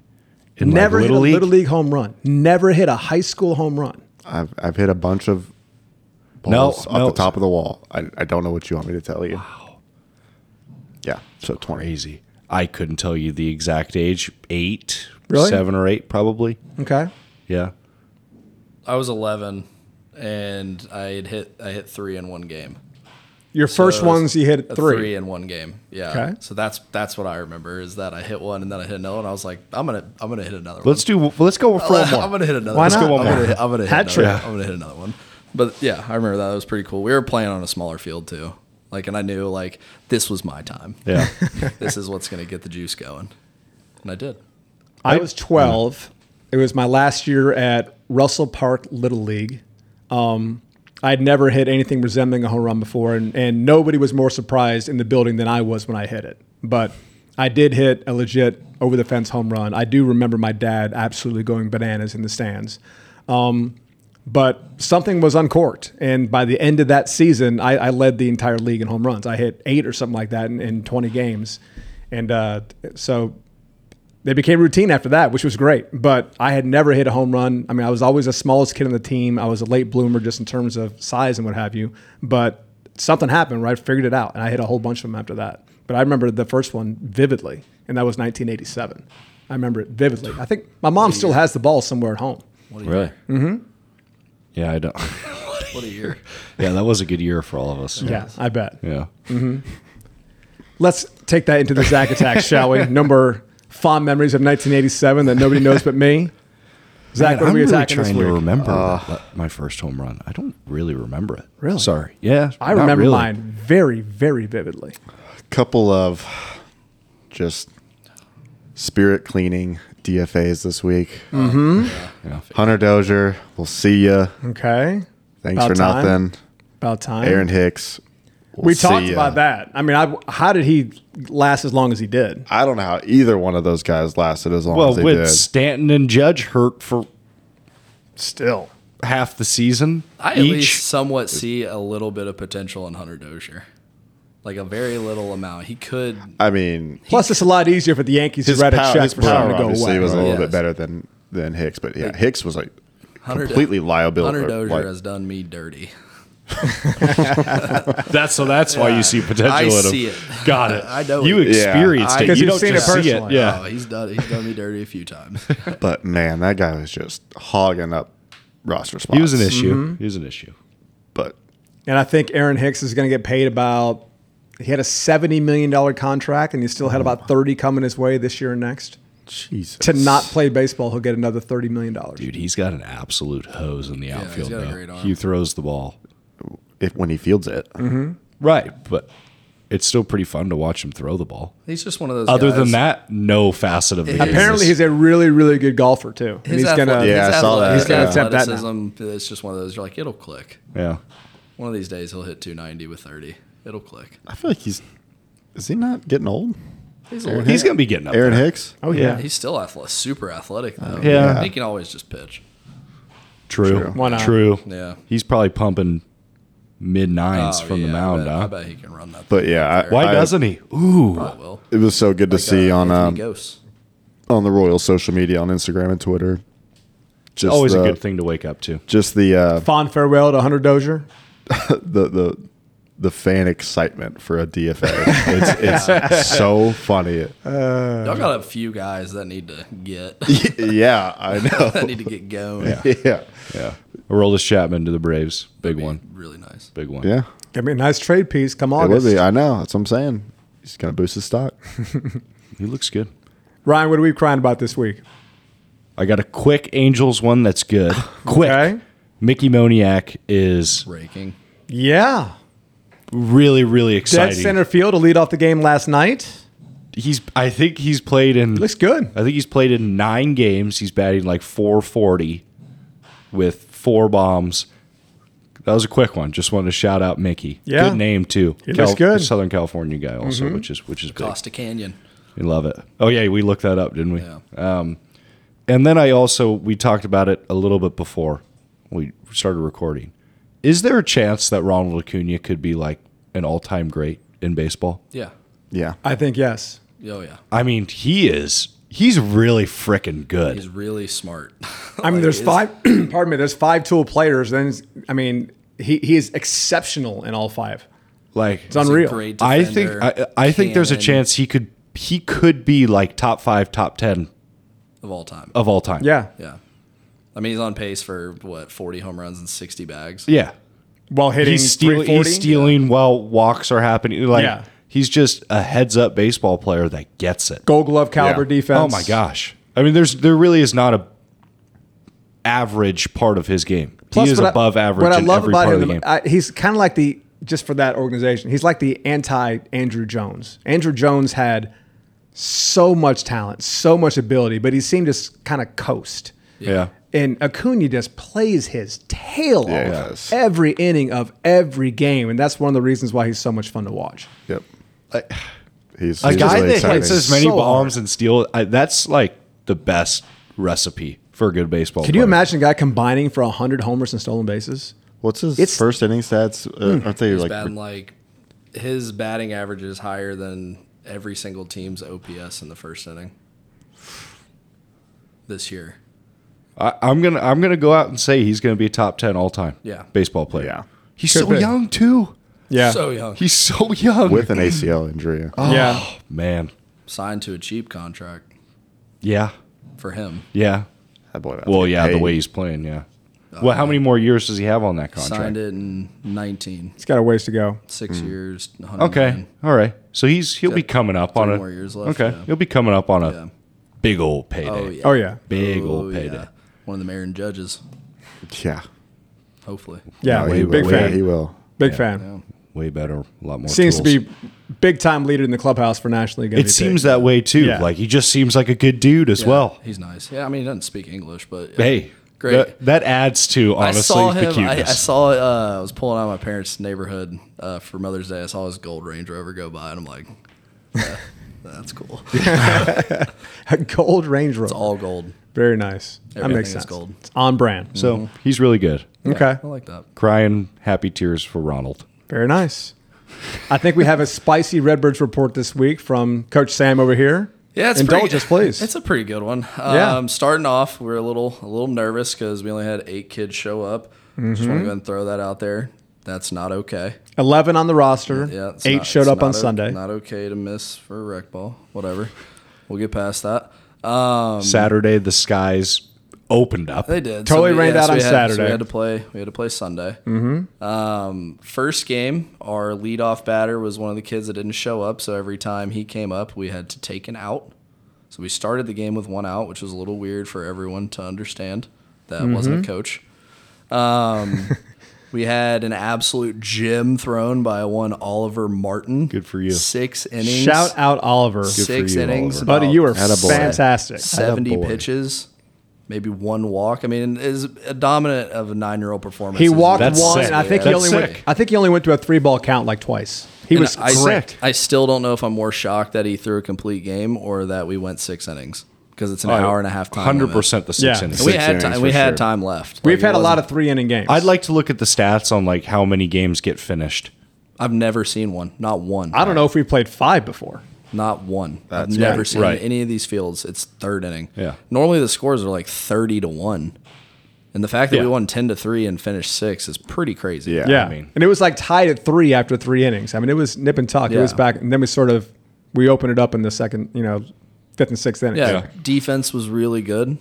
S4: In like,
S2: Never
S4: little
S2: hit a
S4: league.
S2: little league home run. Never hit a high school home run.
S3: I've, I've hit a bunch of
S4: No,
S3: balls off
S4: no.
S3: the top of the wall. I, I don't know what you want me to tell you. Yeah. So 20.
S4: Crazy. I couldn't tell you the exact age. Eight,
S2: Really?
S4: seven or eight, probably.
S2: Okay.
S4: Yeah.
S5: I was 11, and I had hit I hit three in one game.
S2: Your first
S5: So it was
S2: ones you hit at
S5: a
S2: three.
S5: in one game. Yeah.
S2: Okay.
S5: So that's that's what I remember is that I hit one and then I hit another one. I was like, I'm gonna I'm gonna hit another
S4: Let's do. Let's go for
S5: one.
S4: one more.
S5: I'm gonna hit another.
S2: Why
S5: one.
S2: not?
S5: I'm
S2: One
S5: gonna
S2: more.
S5: hit, I'm gonna hit
S2: Hat
S5: another.
S2: trick.
S5: one. I'm gonna hit another one. But yeah, I remember that. That was pretty cool. We were playing on a smaller field too. Like, and I knew like this was my time.
S4: Yeah.
S5: this is what's gonna get the juice going, and I did.
S2: I was 12. It was my last year at Russell Park Little League. Um, I'd never hit anything resembling a home run before, and, and nobody was more surprised in the building than I was when I hit it. But I did hit a legit over the fence home run. I do remember my dad absolutely going bananas in the stands. Um, but something was uncorked. And by the end of that season, I, I led the entire league in home runs. I hit eight or something like that in, in 20 games. And uh, so they became routine after that, which was great. But I had never hit a home run. I mean, I was always the smallest kid on the team. I was a late bloomer just in terms of size and what have you. But something happened where I figured it out, and I hit a whole bunch of them after that. But I remember the first one vividly, and that was 1987. I remember it vividly. I think my mom still has the ball somewhere at home.
S4: Really? Mm-hmm. Yeah, I don't.
S5: What a year!
S4: yeah, that was a good year for all of us.
S2: I bet.
S4: Yeah.
S2: Let's take that into the Zack attack, shall we? Number fond memories of 1987 that nobody knows but me. Zach, what are
S4: I'm
S2: we
S4: really
S2: attacking this
S4: trying to
S2: week? uh,
S4: remember that- my first home run. I don't really remember it.
S2: Really?
S4: Sorry. Yeah.
S2: I
S4: not
S2: remember
S4: really.
S2: mine very, very vividly.
S3: couple of just spirit cleaning DFAs this week.
S2: Mm-hmm.
S4: Yeah.
S3: Hunter Dozier, we'll see ya.
S2: Okay.
S3: Thanks
S2: About
S3: for
S2: time.
S3: nothing.
S2: About time.
S3: Aaron Hicks. we'll
S2: we
S3: see uh,
S2: talked
S3: ya.
S2: about that. I mean, I, how did he last as long as he did?
S3: I don't know how either one of those guys lasted as long
S4: Well,
S3: as they
S4: with
S3: did.
S4: Stanton and Judge hurt for
S2: Still.
S4: half the season
S5: I at
S4: each.
S5: least somewhat see a little bit of potential in Hunter Dozier, like a very little amount. He could.
S3: I mean,
S2: Plus, it's a lot easier for the Yankees to write a
S3: power-
S2: check
S3: his
S2: for someone
S3: power
S2: to go
S3: obviously
S2: away.
S3: was a little
S5: Yes.
S3: bit better than than Hicks, but yeah, Hicks was like
S5: Hunter
S3: completely
S5: Do-
S3: liability.
S5: Hunter Dozier
S3: like-
S5: has done me dirty.
S4: That's so. That's why you see potential
S5: I
S4: in him.
S5: see it.
S4: Got it.
S5: I know
S4: you
S5: it.
S3: Yeah.
S4: experienced
S5: I-
S4: it.
S5: 'Cause
S4: You
S2: you've
S4: don't
S2: seen
S4: just
S2: it
S4: see it.
S2: personally.
S4: Yeah.
S5: Oh, he's done. He's done me dirty a few times.
S3: but man, that guy was just hogging up roster spots.
S4: He was an issue.
S5: Mm-hmm.
S4: He was an issue.
S3: but
S2: And I think Aaron Hicks is going to get paid about. He had a seventy million dollar contract, and he still had about thirty coming his way this year and next.
S3: Jesus,
S2: To not play baseball, he'll get another thirty million dollars.
S4: Dude, he's got an absolute hose in the outfield.
S5: got a
S4: now.
S5: great arm.
S4: He throws the ball.
S3: if when he fields it,
S4: Mm-hmm. Right, but it's still pretty fun to watch him throw the ball.
S5: He's just one of those.
S4: Other
S5: guys.
S4: than that, no facet of the game.
S2: Apparently, he's a really, really good golfer too. And
S5: His
S2: he's gonna.
S5: athleticism,
S3: Yeah, I saw that.
S5: His
S3: He's gonna
S2: attempt that now.
S5: athleticism, it's just one of those. You're like, it'll click.
S4: yeah.
S5: One of these days, he'll hit 290 with 30. It'll click.
S3: I feel like he's is he not getting old?
S5: He's, a little,
S4: He's gonna be getting up.
S3: Aaron
S4: there.
S3: Hicks.
S2: Oh yeah.
S5: he's still athletic, super athletic though.
S4: yeah.
S5: he can always just pitch.
S4: True. True.
S2: Why not?
S5: Yeah.
S4: He's probably pumping mid nines
S5: Oh,
S4: from
S5: yeah,
S4: the mound.
S5: I bet, I
S4: huh?
S5: bet he can run that.
S3: But yeah, I,
S4: Why
S3: I-
S4: doesn't he? Ooh.
S5: thing. well,
S3: it was so good to see on um,
S5: Ghosts.
S3: on the Royal social media on Instagram and Twitter. Just
S4: Always
S5: uh,
S3: the-
S4: a good thing to wake up to.
S3: Just the uh,
S2: Fond farewell to Hunter Dozier.
S3: the the the fan excitement for a DFA. it's it's so funny.
S5: Y'all got a few guys that need to get
S3: yeah, I
S5: that
S3: know.
S5: need to get going.
S3: yeah,
S4: Yeah. Aroldis Chapman to the Braves. Big one.
S5: Really nice.
S4: Big one.
S3: yeah.
S2: That'd be a nice trade piece. Come
S3: It
S2: on,
S3: would be. I know. That's what I'm saying. He's gonna boost his stock.
S4: He looks good.
S2: Ryan, what are we crying about this week?
S4: I got a quick Angels one that's good. quick.
S2: Okay.
S4: Mickey Moniak is
S5: Raking.
S2: Yeah,
S4: really, really
S2: dead
S4: exciting.
S2: center field to lead off the game last night.
S4: He's I think he's played in
S2: Looks good.
S4: I think he's played in nine games. He's batting like 440 with four bombs. That was a quick one. Just wanted to shout out Mickey.
S2: Yeah.
S4: Good name too.
S2: He looks good. Mm-hmm.
S4: Southern California guy also, which is which is big.
S5: Costa Canyon.
S4: We love it. Oh yeah, we looked that up, didn't we?
S5: Yeah.
S4: Um, and then I also we talked about it a little bit before we started recording. Is there a chance that Ronald Acuna could be like an all-time great in baseball?
S5: Yeah.
S3: Yeah.
S2: I think yes.
S5: Oh yeah.
S4: I mean, he is. He's really freaking good.
S5: He's really smart.
S2: I mean,
S5: Like,
S2: there's
S5: it's-
S2: five. pardon me. There's five tool players. Then it's- I mean, he, he is exceptional in all five.
S4: like
S2: It's
S5: he's a
S2: unreal.
S5: great
S4: I think I,
S5: defender,
S4: I think there's a
S5: cannon
S4: chance he could he could be like top five, top ten
S5: of all time.
S4: of all time.
S2: Yeah.
S5: Yeah. I mean, he's on pace for what, 40 home runs and 60 bags?
S4: yeah.
S2: While hitting
S4: He's, steal,
S2: 340.
S4: he's stealing while walks are happening. Like
S2: Yeah.
S4: he's just a heads up baseball player that gets it.
S2: Gold glove caliber
S3: Yeah.
S2: defense.
S4: Oh my gosh! I mean, there's there really is not a average part of his game.
S2: Plus,
S4: he is
S2: what I-
S4: above average
S2: What I
S4: in
S2: love
S4: every
S2: about
S4: part
S2: him,
S4: of the game.
S2: I, he's kind of like the just for that organization. He's like the anti Andrew Jones. Andrew Jones had so much talent, so much ability, but he seemed to kind of coast.
S4: yeah.
S2: And Acuna just plays his tail
S3: Yeah, he
S2: off
S3: does.
S2: every inning of every game, and that's one of the reasons why he's so much fun to watch.
S3: Yep. he's
S4: a
S3: he's
S4: guy
S3: really
S4: that
S3: exciting.
S4: hits as many
S2: So
S4: bombs and steal I, that's like the best recipe for a good baseball.
S2: Can you
S4: player.
S2: imagine a guy combining for hundred homers and stolen bases?
S3: What's his
S2: It's- Hmm.
S3: first inning stats? Uh, Aren't they
S5: He's
S3: like?
S5: batting like his batting average is higher than every single team's OPS in the first inning this year.
S4: I, I'm gonna I'm gonna go out and say he's gonna be a top ten all time.
S5: Yeah. Oh.
S4: baseball player.
S3: Yeah.
S4: he's
S2: Could
S4: so
S2: be.
S4: young too.
S2: Yeah,
S5: So young.
S4: He's so young.
S3: with an ACL injury?
S2: yeah.
S4: Oh. man,
S5: Signed to a cheap contract
S4: yeah,
S5: for him.
S4: yeah.
S3: That boy about to
S4: Well,
S3: get
S4: yeah, the
S3: paid.
S4: way he's playing, yeah. well, how many more years does he have on that
S5: Oh, Signed
S4: contract?
S5: it in 19,
S2: he's got a ways to go.
S5: six
S4: Hmm.
S5: years. 100
S4: Okay, all right. So he's he'll be coming up on
S5: Mm-hmm. three
S4: a
S5: more years left,
S4: okay,
S5: yeah.
S4: he'll be coming up on a
S5: Yeah.
S4: big old payday.
S5: Oh, yeah.
S2: Oh yeah,
S4: Big
S5: Oh,
S4: old payday.
S5: yeah. One of the Aaron judges,
S3: Yeah.
S5: hopefully.
S2: yeah.
S3: No, he
S2: big
S3: will.
S2: fan.
S3: Yeah, he will.
S2: big fan.
S4: way better, a lot more.
S2: Seems
S4: tools.
S2: to be big time leader in the clubhouse for National League.
S4: It seems that way too.
S2: Yeah.
S4: Like he just seems like a good dude as well.
S5: he's nice. Yeah, I mean, he doesn't speak English, but yeah.
S4: Hey,
S5: great.
S4: That, that adds to honestly
S5: I saw
S4: the
S5: him. I, I
S4: cuteness.
S5: saw. Uh, I was pulling out of my parents' neighborhood uh, for Mother's Day. I saw his gold Range Rover go by, and I'm like, "Yeah, that's cool. It's
S2: a gold Range Rover.
S5: all gold.
S2: Very nice. that
S5: Everything
S2: makes
S5: is
S2: sense.
S5: gold. Mm.
S2: It's on brand.
S4: so he's really good.
S2: okay,
S5: I like that.
S4: Crying happy tears for Ronald.
S2: very nice. I think we have a spicy Redbirds report this week from Coach Sam over here.
S5: Yeah, it's
S2: indulge
S5: pretty,
S2: us, please.
S5: It's a pretty good one. Um,
S2: Yeah.
S5: Starting off, we were a little a little nervous because we only had eight kids show up.
S4: Mm-hmm.
S5: Just want to go ahead and throw that out there. That's not okay.
S2: Eleven on the roster.
S5: Yeah, it's
S2: eight
S5: not-
S2: showed
S5: it's
S2: up on
S5: not o-
S2: Sunday.
S5: Not okay to miss for a rec ball. Whatever. We'll get past that. Um,
S4: Saturday the skies opened up.
S5: they did
S2: Totally
S5: we-
S2: rained out
S5: we
S2: on
S5: had-
S2: Saturday.
S5: we had to play. We had to play Sunday. Mm-hmm. Um, first game, our leadoff batter was one of the kids that didn't show up. So every time he came up, we had to take an out. So we started the game with one out, which was a little weird for everyone to understand. That
S2: Mm-hmm.
S5: wasn't a coach. Um, we had an absolute gem thrown by one Oliver Martin.
S4: Good for you.
S5: Six innings.
S2: Shout out Oliver.
S5: Six
S4: you,
S5: innings.
S4: Oliver.
S2: Buddy,
S5: about
S2: you are
S4: Attaboy.
S2: fantastic.
S5: 70
S4: Attaboy.
S5: pitches, maybe one walk. I mean, is a dominant of a nine year old performance.
S2: He
S5: is-
S2: walked
S4: That's
S2: one,
S4: sick.
S2: and I think he
S4: That's
S2: only went.
S4: sick.
S2: I think he only went to a three ball count like twice. He was
S5: I,
S2: great.
S5: I still don't know if I'm more shocked that he threw a complete game or that we went six innings because it's an
S4: Oh,
S5: hour and a half time.
S4: Hundred
S5: limit.
S4: percent the six
S2: Yeah.
S4: innings.
S5: And we
S3: Six
S5: had
S3: innings
S5: time. We
S3: for
S5: had
S3: sure.
S5: time left.
S2: We've
S5: Like, it
S2: had a lot
S5: wasn't-
S2: of three inning games.
S4: I'd like to look at the stats on like how many games get finished.
S5: I've never seen one. Not one.
S2: I don't know if we played five before.
S5: Not one.
S3: That's
S5: I've never
S3: right.
S5: seen
S4: Right.
S5: any of these fields. It's third inning.
S4: Yeah.
S5: Normally the scores are like thirty to one, and the fact that
S4: Yeah.
S5: we won ten to three and finished six is pretty crazy.
S3: Yeah.
S2: Yeah,
S4: I mean-
S2: and it was like tied at three after three innings. I mean, it was nip and tuck. It was
S5: Yeah.
S2: back, and then we sort of we opened it up in the second, you know, fifth and sixth innings.
S5: Yeah,
S4: Yeah.
S5: defense was really good.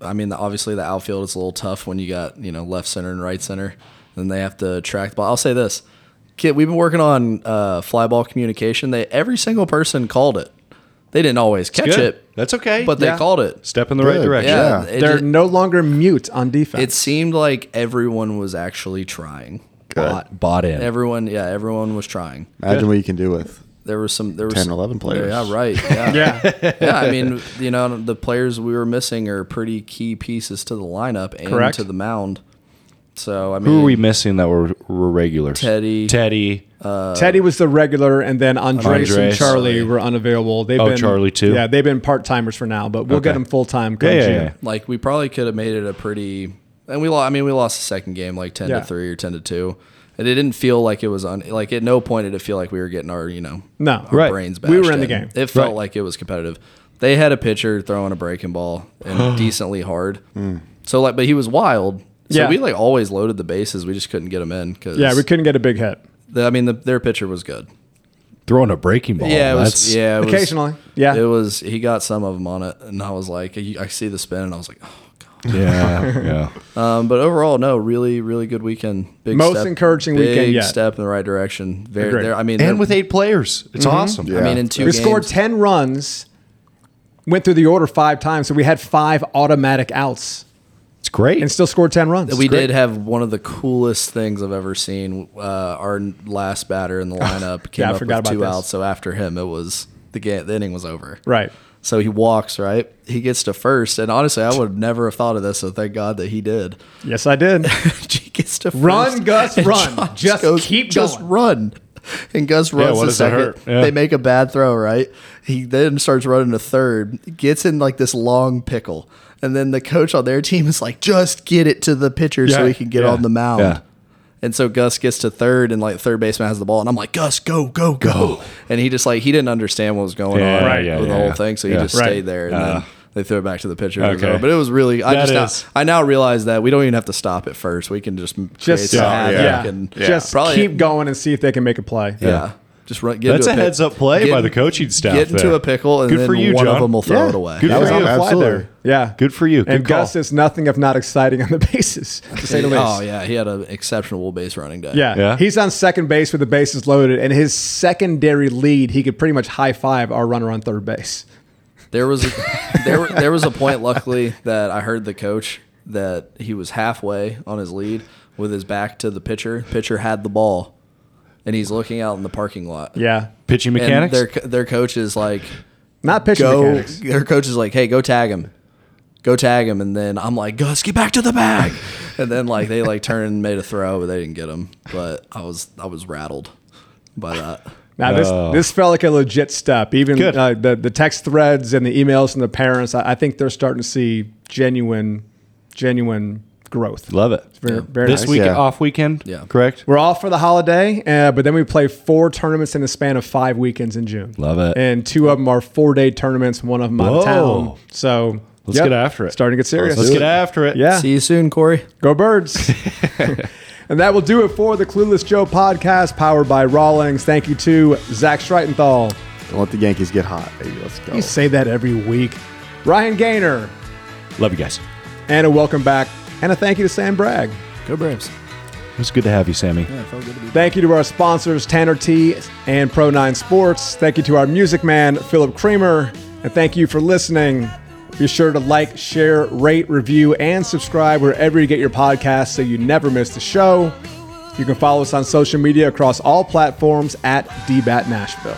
S5: I mean, the, obviously the outfield is a little tough when you got you know left center and right center, and they have to track the ball. I'll say this, kid, we've been working on uh, fly ball communication. They every single person called it. They didn't always catch
S4: Good.
S5: it,
S4: That's okay.
S5: but they
S2: Yeah.
S5: called it.
S4: step in the right
S3: Good.
S4: direction.
S5: Yeah,
S3: Yeah.
S5: it,
S2: They're
S5: ju-
S2: no longer mute on defense.
S5: it seemed like everyone was actually trying.
S4: Bought, bought in.
S5: Everyone, yeah, everyone was trying.
S3: Imagine what you can do with.
S5: There was some. There was
S3: 10,
S5: some-
S3: 11 players.
S5: Yeah, right. Yeah.
S2: yeah,
S5: yeah, I mean, you know, the players we were missing are pretty key pieces to the lineup and
S2: Correct.
S5: to the mound. So I mean,
S4: Who are we missing that were, were regulars?
S5: Teddy. Uh,
S4: Teddy.
S2: Teddy was the regular, and then Andres, and
S4: Andres.
S2: Charlie were unavailable. They've
S4: Oh,
S2: been,
S4: Charlie too?
S2: Yeah, they've been part timers for now, but we'll
S4: Okay.
S2: get them full time.
S4: yeah, yeah, yeah.
S5: like we probably could have made it a pretty. And we lost. I mean, we lost the second game like ten
S2: Yeah.
S5: to three or ten to two, and it didn't feel like it was on. Like at no point did it feel like we were getting our you know
S2: No,
S5: our
S4: Right.
S5: brains.
S2: We were
S5: bashed
S2: in the game.
S5: It felt
S4: Right.
S5: like it was competitive. They had a pitcher throwing a breaking ball and decently hard. So like, but he was wild. So
S2: Mm. Yeah.
S5: we like always loaded the bases. We just couldn't get him in because
S2: Yeah, we couldn't get a big hit
S5: the, I mean, the, their pitcher was good.
S4: Throwing a breaking ball.
S5: yeah, it
S4: That's-
S5: was, yeah, it was-
S2: Oh, occasionally. yeah,
S5: it was. He got some of them on it, and I was like, I I see the spin, and I was like, oh god.
S4: Yeah. yeah.
S5: Um, but overall, no, really, really good weekend. Big
S2: Most encouraging
S5: big
S2: weekend yet.
S5: Step in the right direction. Very.
S2: Agreed.
S5: There, I mean,
S4: and
S5: they're-
S4: with eight players, it's awesome.
S5: Mm-hmm. I
S3: Yeah.
S5: mean, in two
S2: we
S5: games,
S2: scored ten runs, went through the order five times, so we had five automatic outs,
S4: It's great.
S2: and still scored ten runs.
S5: we
S2: Great.
S5: did have one of the coolest things I've ever seen. Uh, our last batter in the lineup came
S2: I
S5: up
S2: forgot about
S5: with two
S2: this.
S5: outs, so after him, it was the game. The inning was over.
S2: right.
S5: So he walks right. He gets to first, and honestly, I would have never have thought of this. So thank God that he did.
S2: Yes, I did.
S5: She gets to
S2: Run,
S5: first,
S2: Gus,
S5: and
S2: run. Just keep
S5: Just
S2: going.
S5: run. And Gus runs
S4: what
S5: to
S4: does that
S5: second.
S4: hurt? Yeah.
S5: They make a bad throw, right? He then starts running to third, gets in like this long pickle. And then the coach on their team is like, just get it to the pitcher so
S4: Yeah,
S5: he can get
S4: yeah,
S5: on the mound.
S4: yeah.
S5: And so Gus gets to third, and like third baseman has the ball, and I'm like, Gus, go, go, go! And he just like he didn't understand what was going
S4: Yeah,
S5: on
S4: right, yeah,
S5: with
S4: yeah,
S5: the whole
S4: yeah.
S5: thing, so he
S4: Yeah. Uh,
S5: just
S2: Right.
S5: stayed there, and then they threw it back to the pitcher.
S4: Okay.
S5: But it was really I
S4: That
S5: just now-
S4: is-
S5: I now realize that we don't even have to stop at first. We can just m- create
S2: Just
S5: some
S2: yeah,
S5: havoc
S2: yeah.
S5: and
S2: just
S5: probably-
S2: keep going and see if they can make a play.
S5: Yeah, just run. Get
S4: That's
S5: into
S4: a
S5: pick-
S4: heads up play
S5: get-
S4: by the coaching staff.
S5: Get into
S4: there.
S5: a pickle, and
S4: Good
S5: then
S4: for you,
S5: one
S4: John.
S5: of them will throw
S2: Yeah.
S5: it away.
S4: Good
S3: That
S4: for
S3: was
S4: you.
S3: on the fly
S2: Absolutely.
S3: there.
S2: Yeah.
S4: Good for you.
S2: and
S4: Good call.
S2: Gus is nothing if not exciting on the bases, to say the least.
S5: oh yeah, he had an exceptional base running day.
S2: Yeah.
S4: Yeah.
S2: He's on second base with the bases loaded, and his secondary lead, he could pretty much high five our runner on third base.
S5: There was a, there were- there was a point luckily that I heard the coach that he was halfway on his lead with his back to the pitcher. Pitcher had the ball. and he's looking out in the parking lot.
S2: Yeah.
S4: Pitching
S5: And
S4: mechanics.
S5: their co- their coach is like,
S2: Not pitching
S5: go.
S2: mechanics.
S5: Their coach is like, hey, go tag him, go tag him, and then I'm like, Gus, get back to the bag, and then like they like turned and made a throw, but they didn't get him. But I was I was rattled by that.
S2: Now this
S4: Oh.
S2: this felt like a legit step. Even
S4: Good.
S2: uh, the the text threads and the emails from the parents. I, I think they're starting to see genuine, genuine growth.
S4: Love it.
S2: Very, very
S4: this
S2: nice.
S4: week
S3: Yeah.
S4: off weekend.
S5: Yeah.
S4: Correct.
S2: We're off for the holiday, uh, but then we play four tournaments in the span of five weekends in June.
S4: Love it.
S2: And two of them are four day tournaments, one of them out of
S4: Whoa.
S2: town. So
S4: Let's get after it.
S2: Starting to get serious.
S4: Let's get after it.
S2: Yeah.
S5: See you soon, Corey.
S2: Go birds. and that will do it for the Clueless Joe podcast powered by Rawlings. Thank you to Zach Streitenthal.
S3: Don't let the Yankees get hot, baby. Let's go.
S2: You say that every week. Ryan Gaynor.
S4: Love you guys.
S2: And a welcome back. And a thank you to Sam Bragg.
S5: Go Braves.
S4: It was good to have you, Sammy.
S2: Thank you to our sponsors, Tanner T and Pro9 Sports. Thank you to our music man, Philip Kramer. And thank you for listening. Be sure to like, share, rate, review, and subscribe wherever you get your podcasts so you never miss the show. You can follow us on social media across all platforms at DBAT Nashville.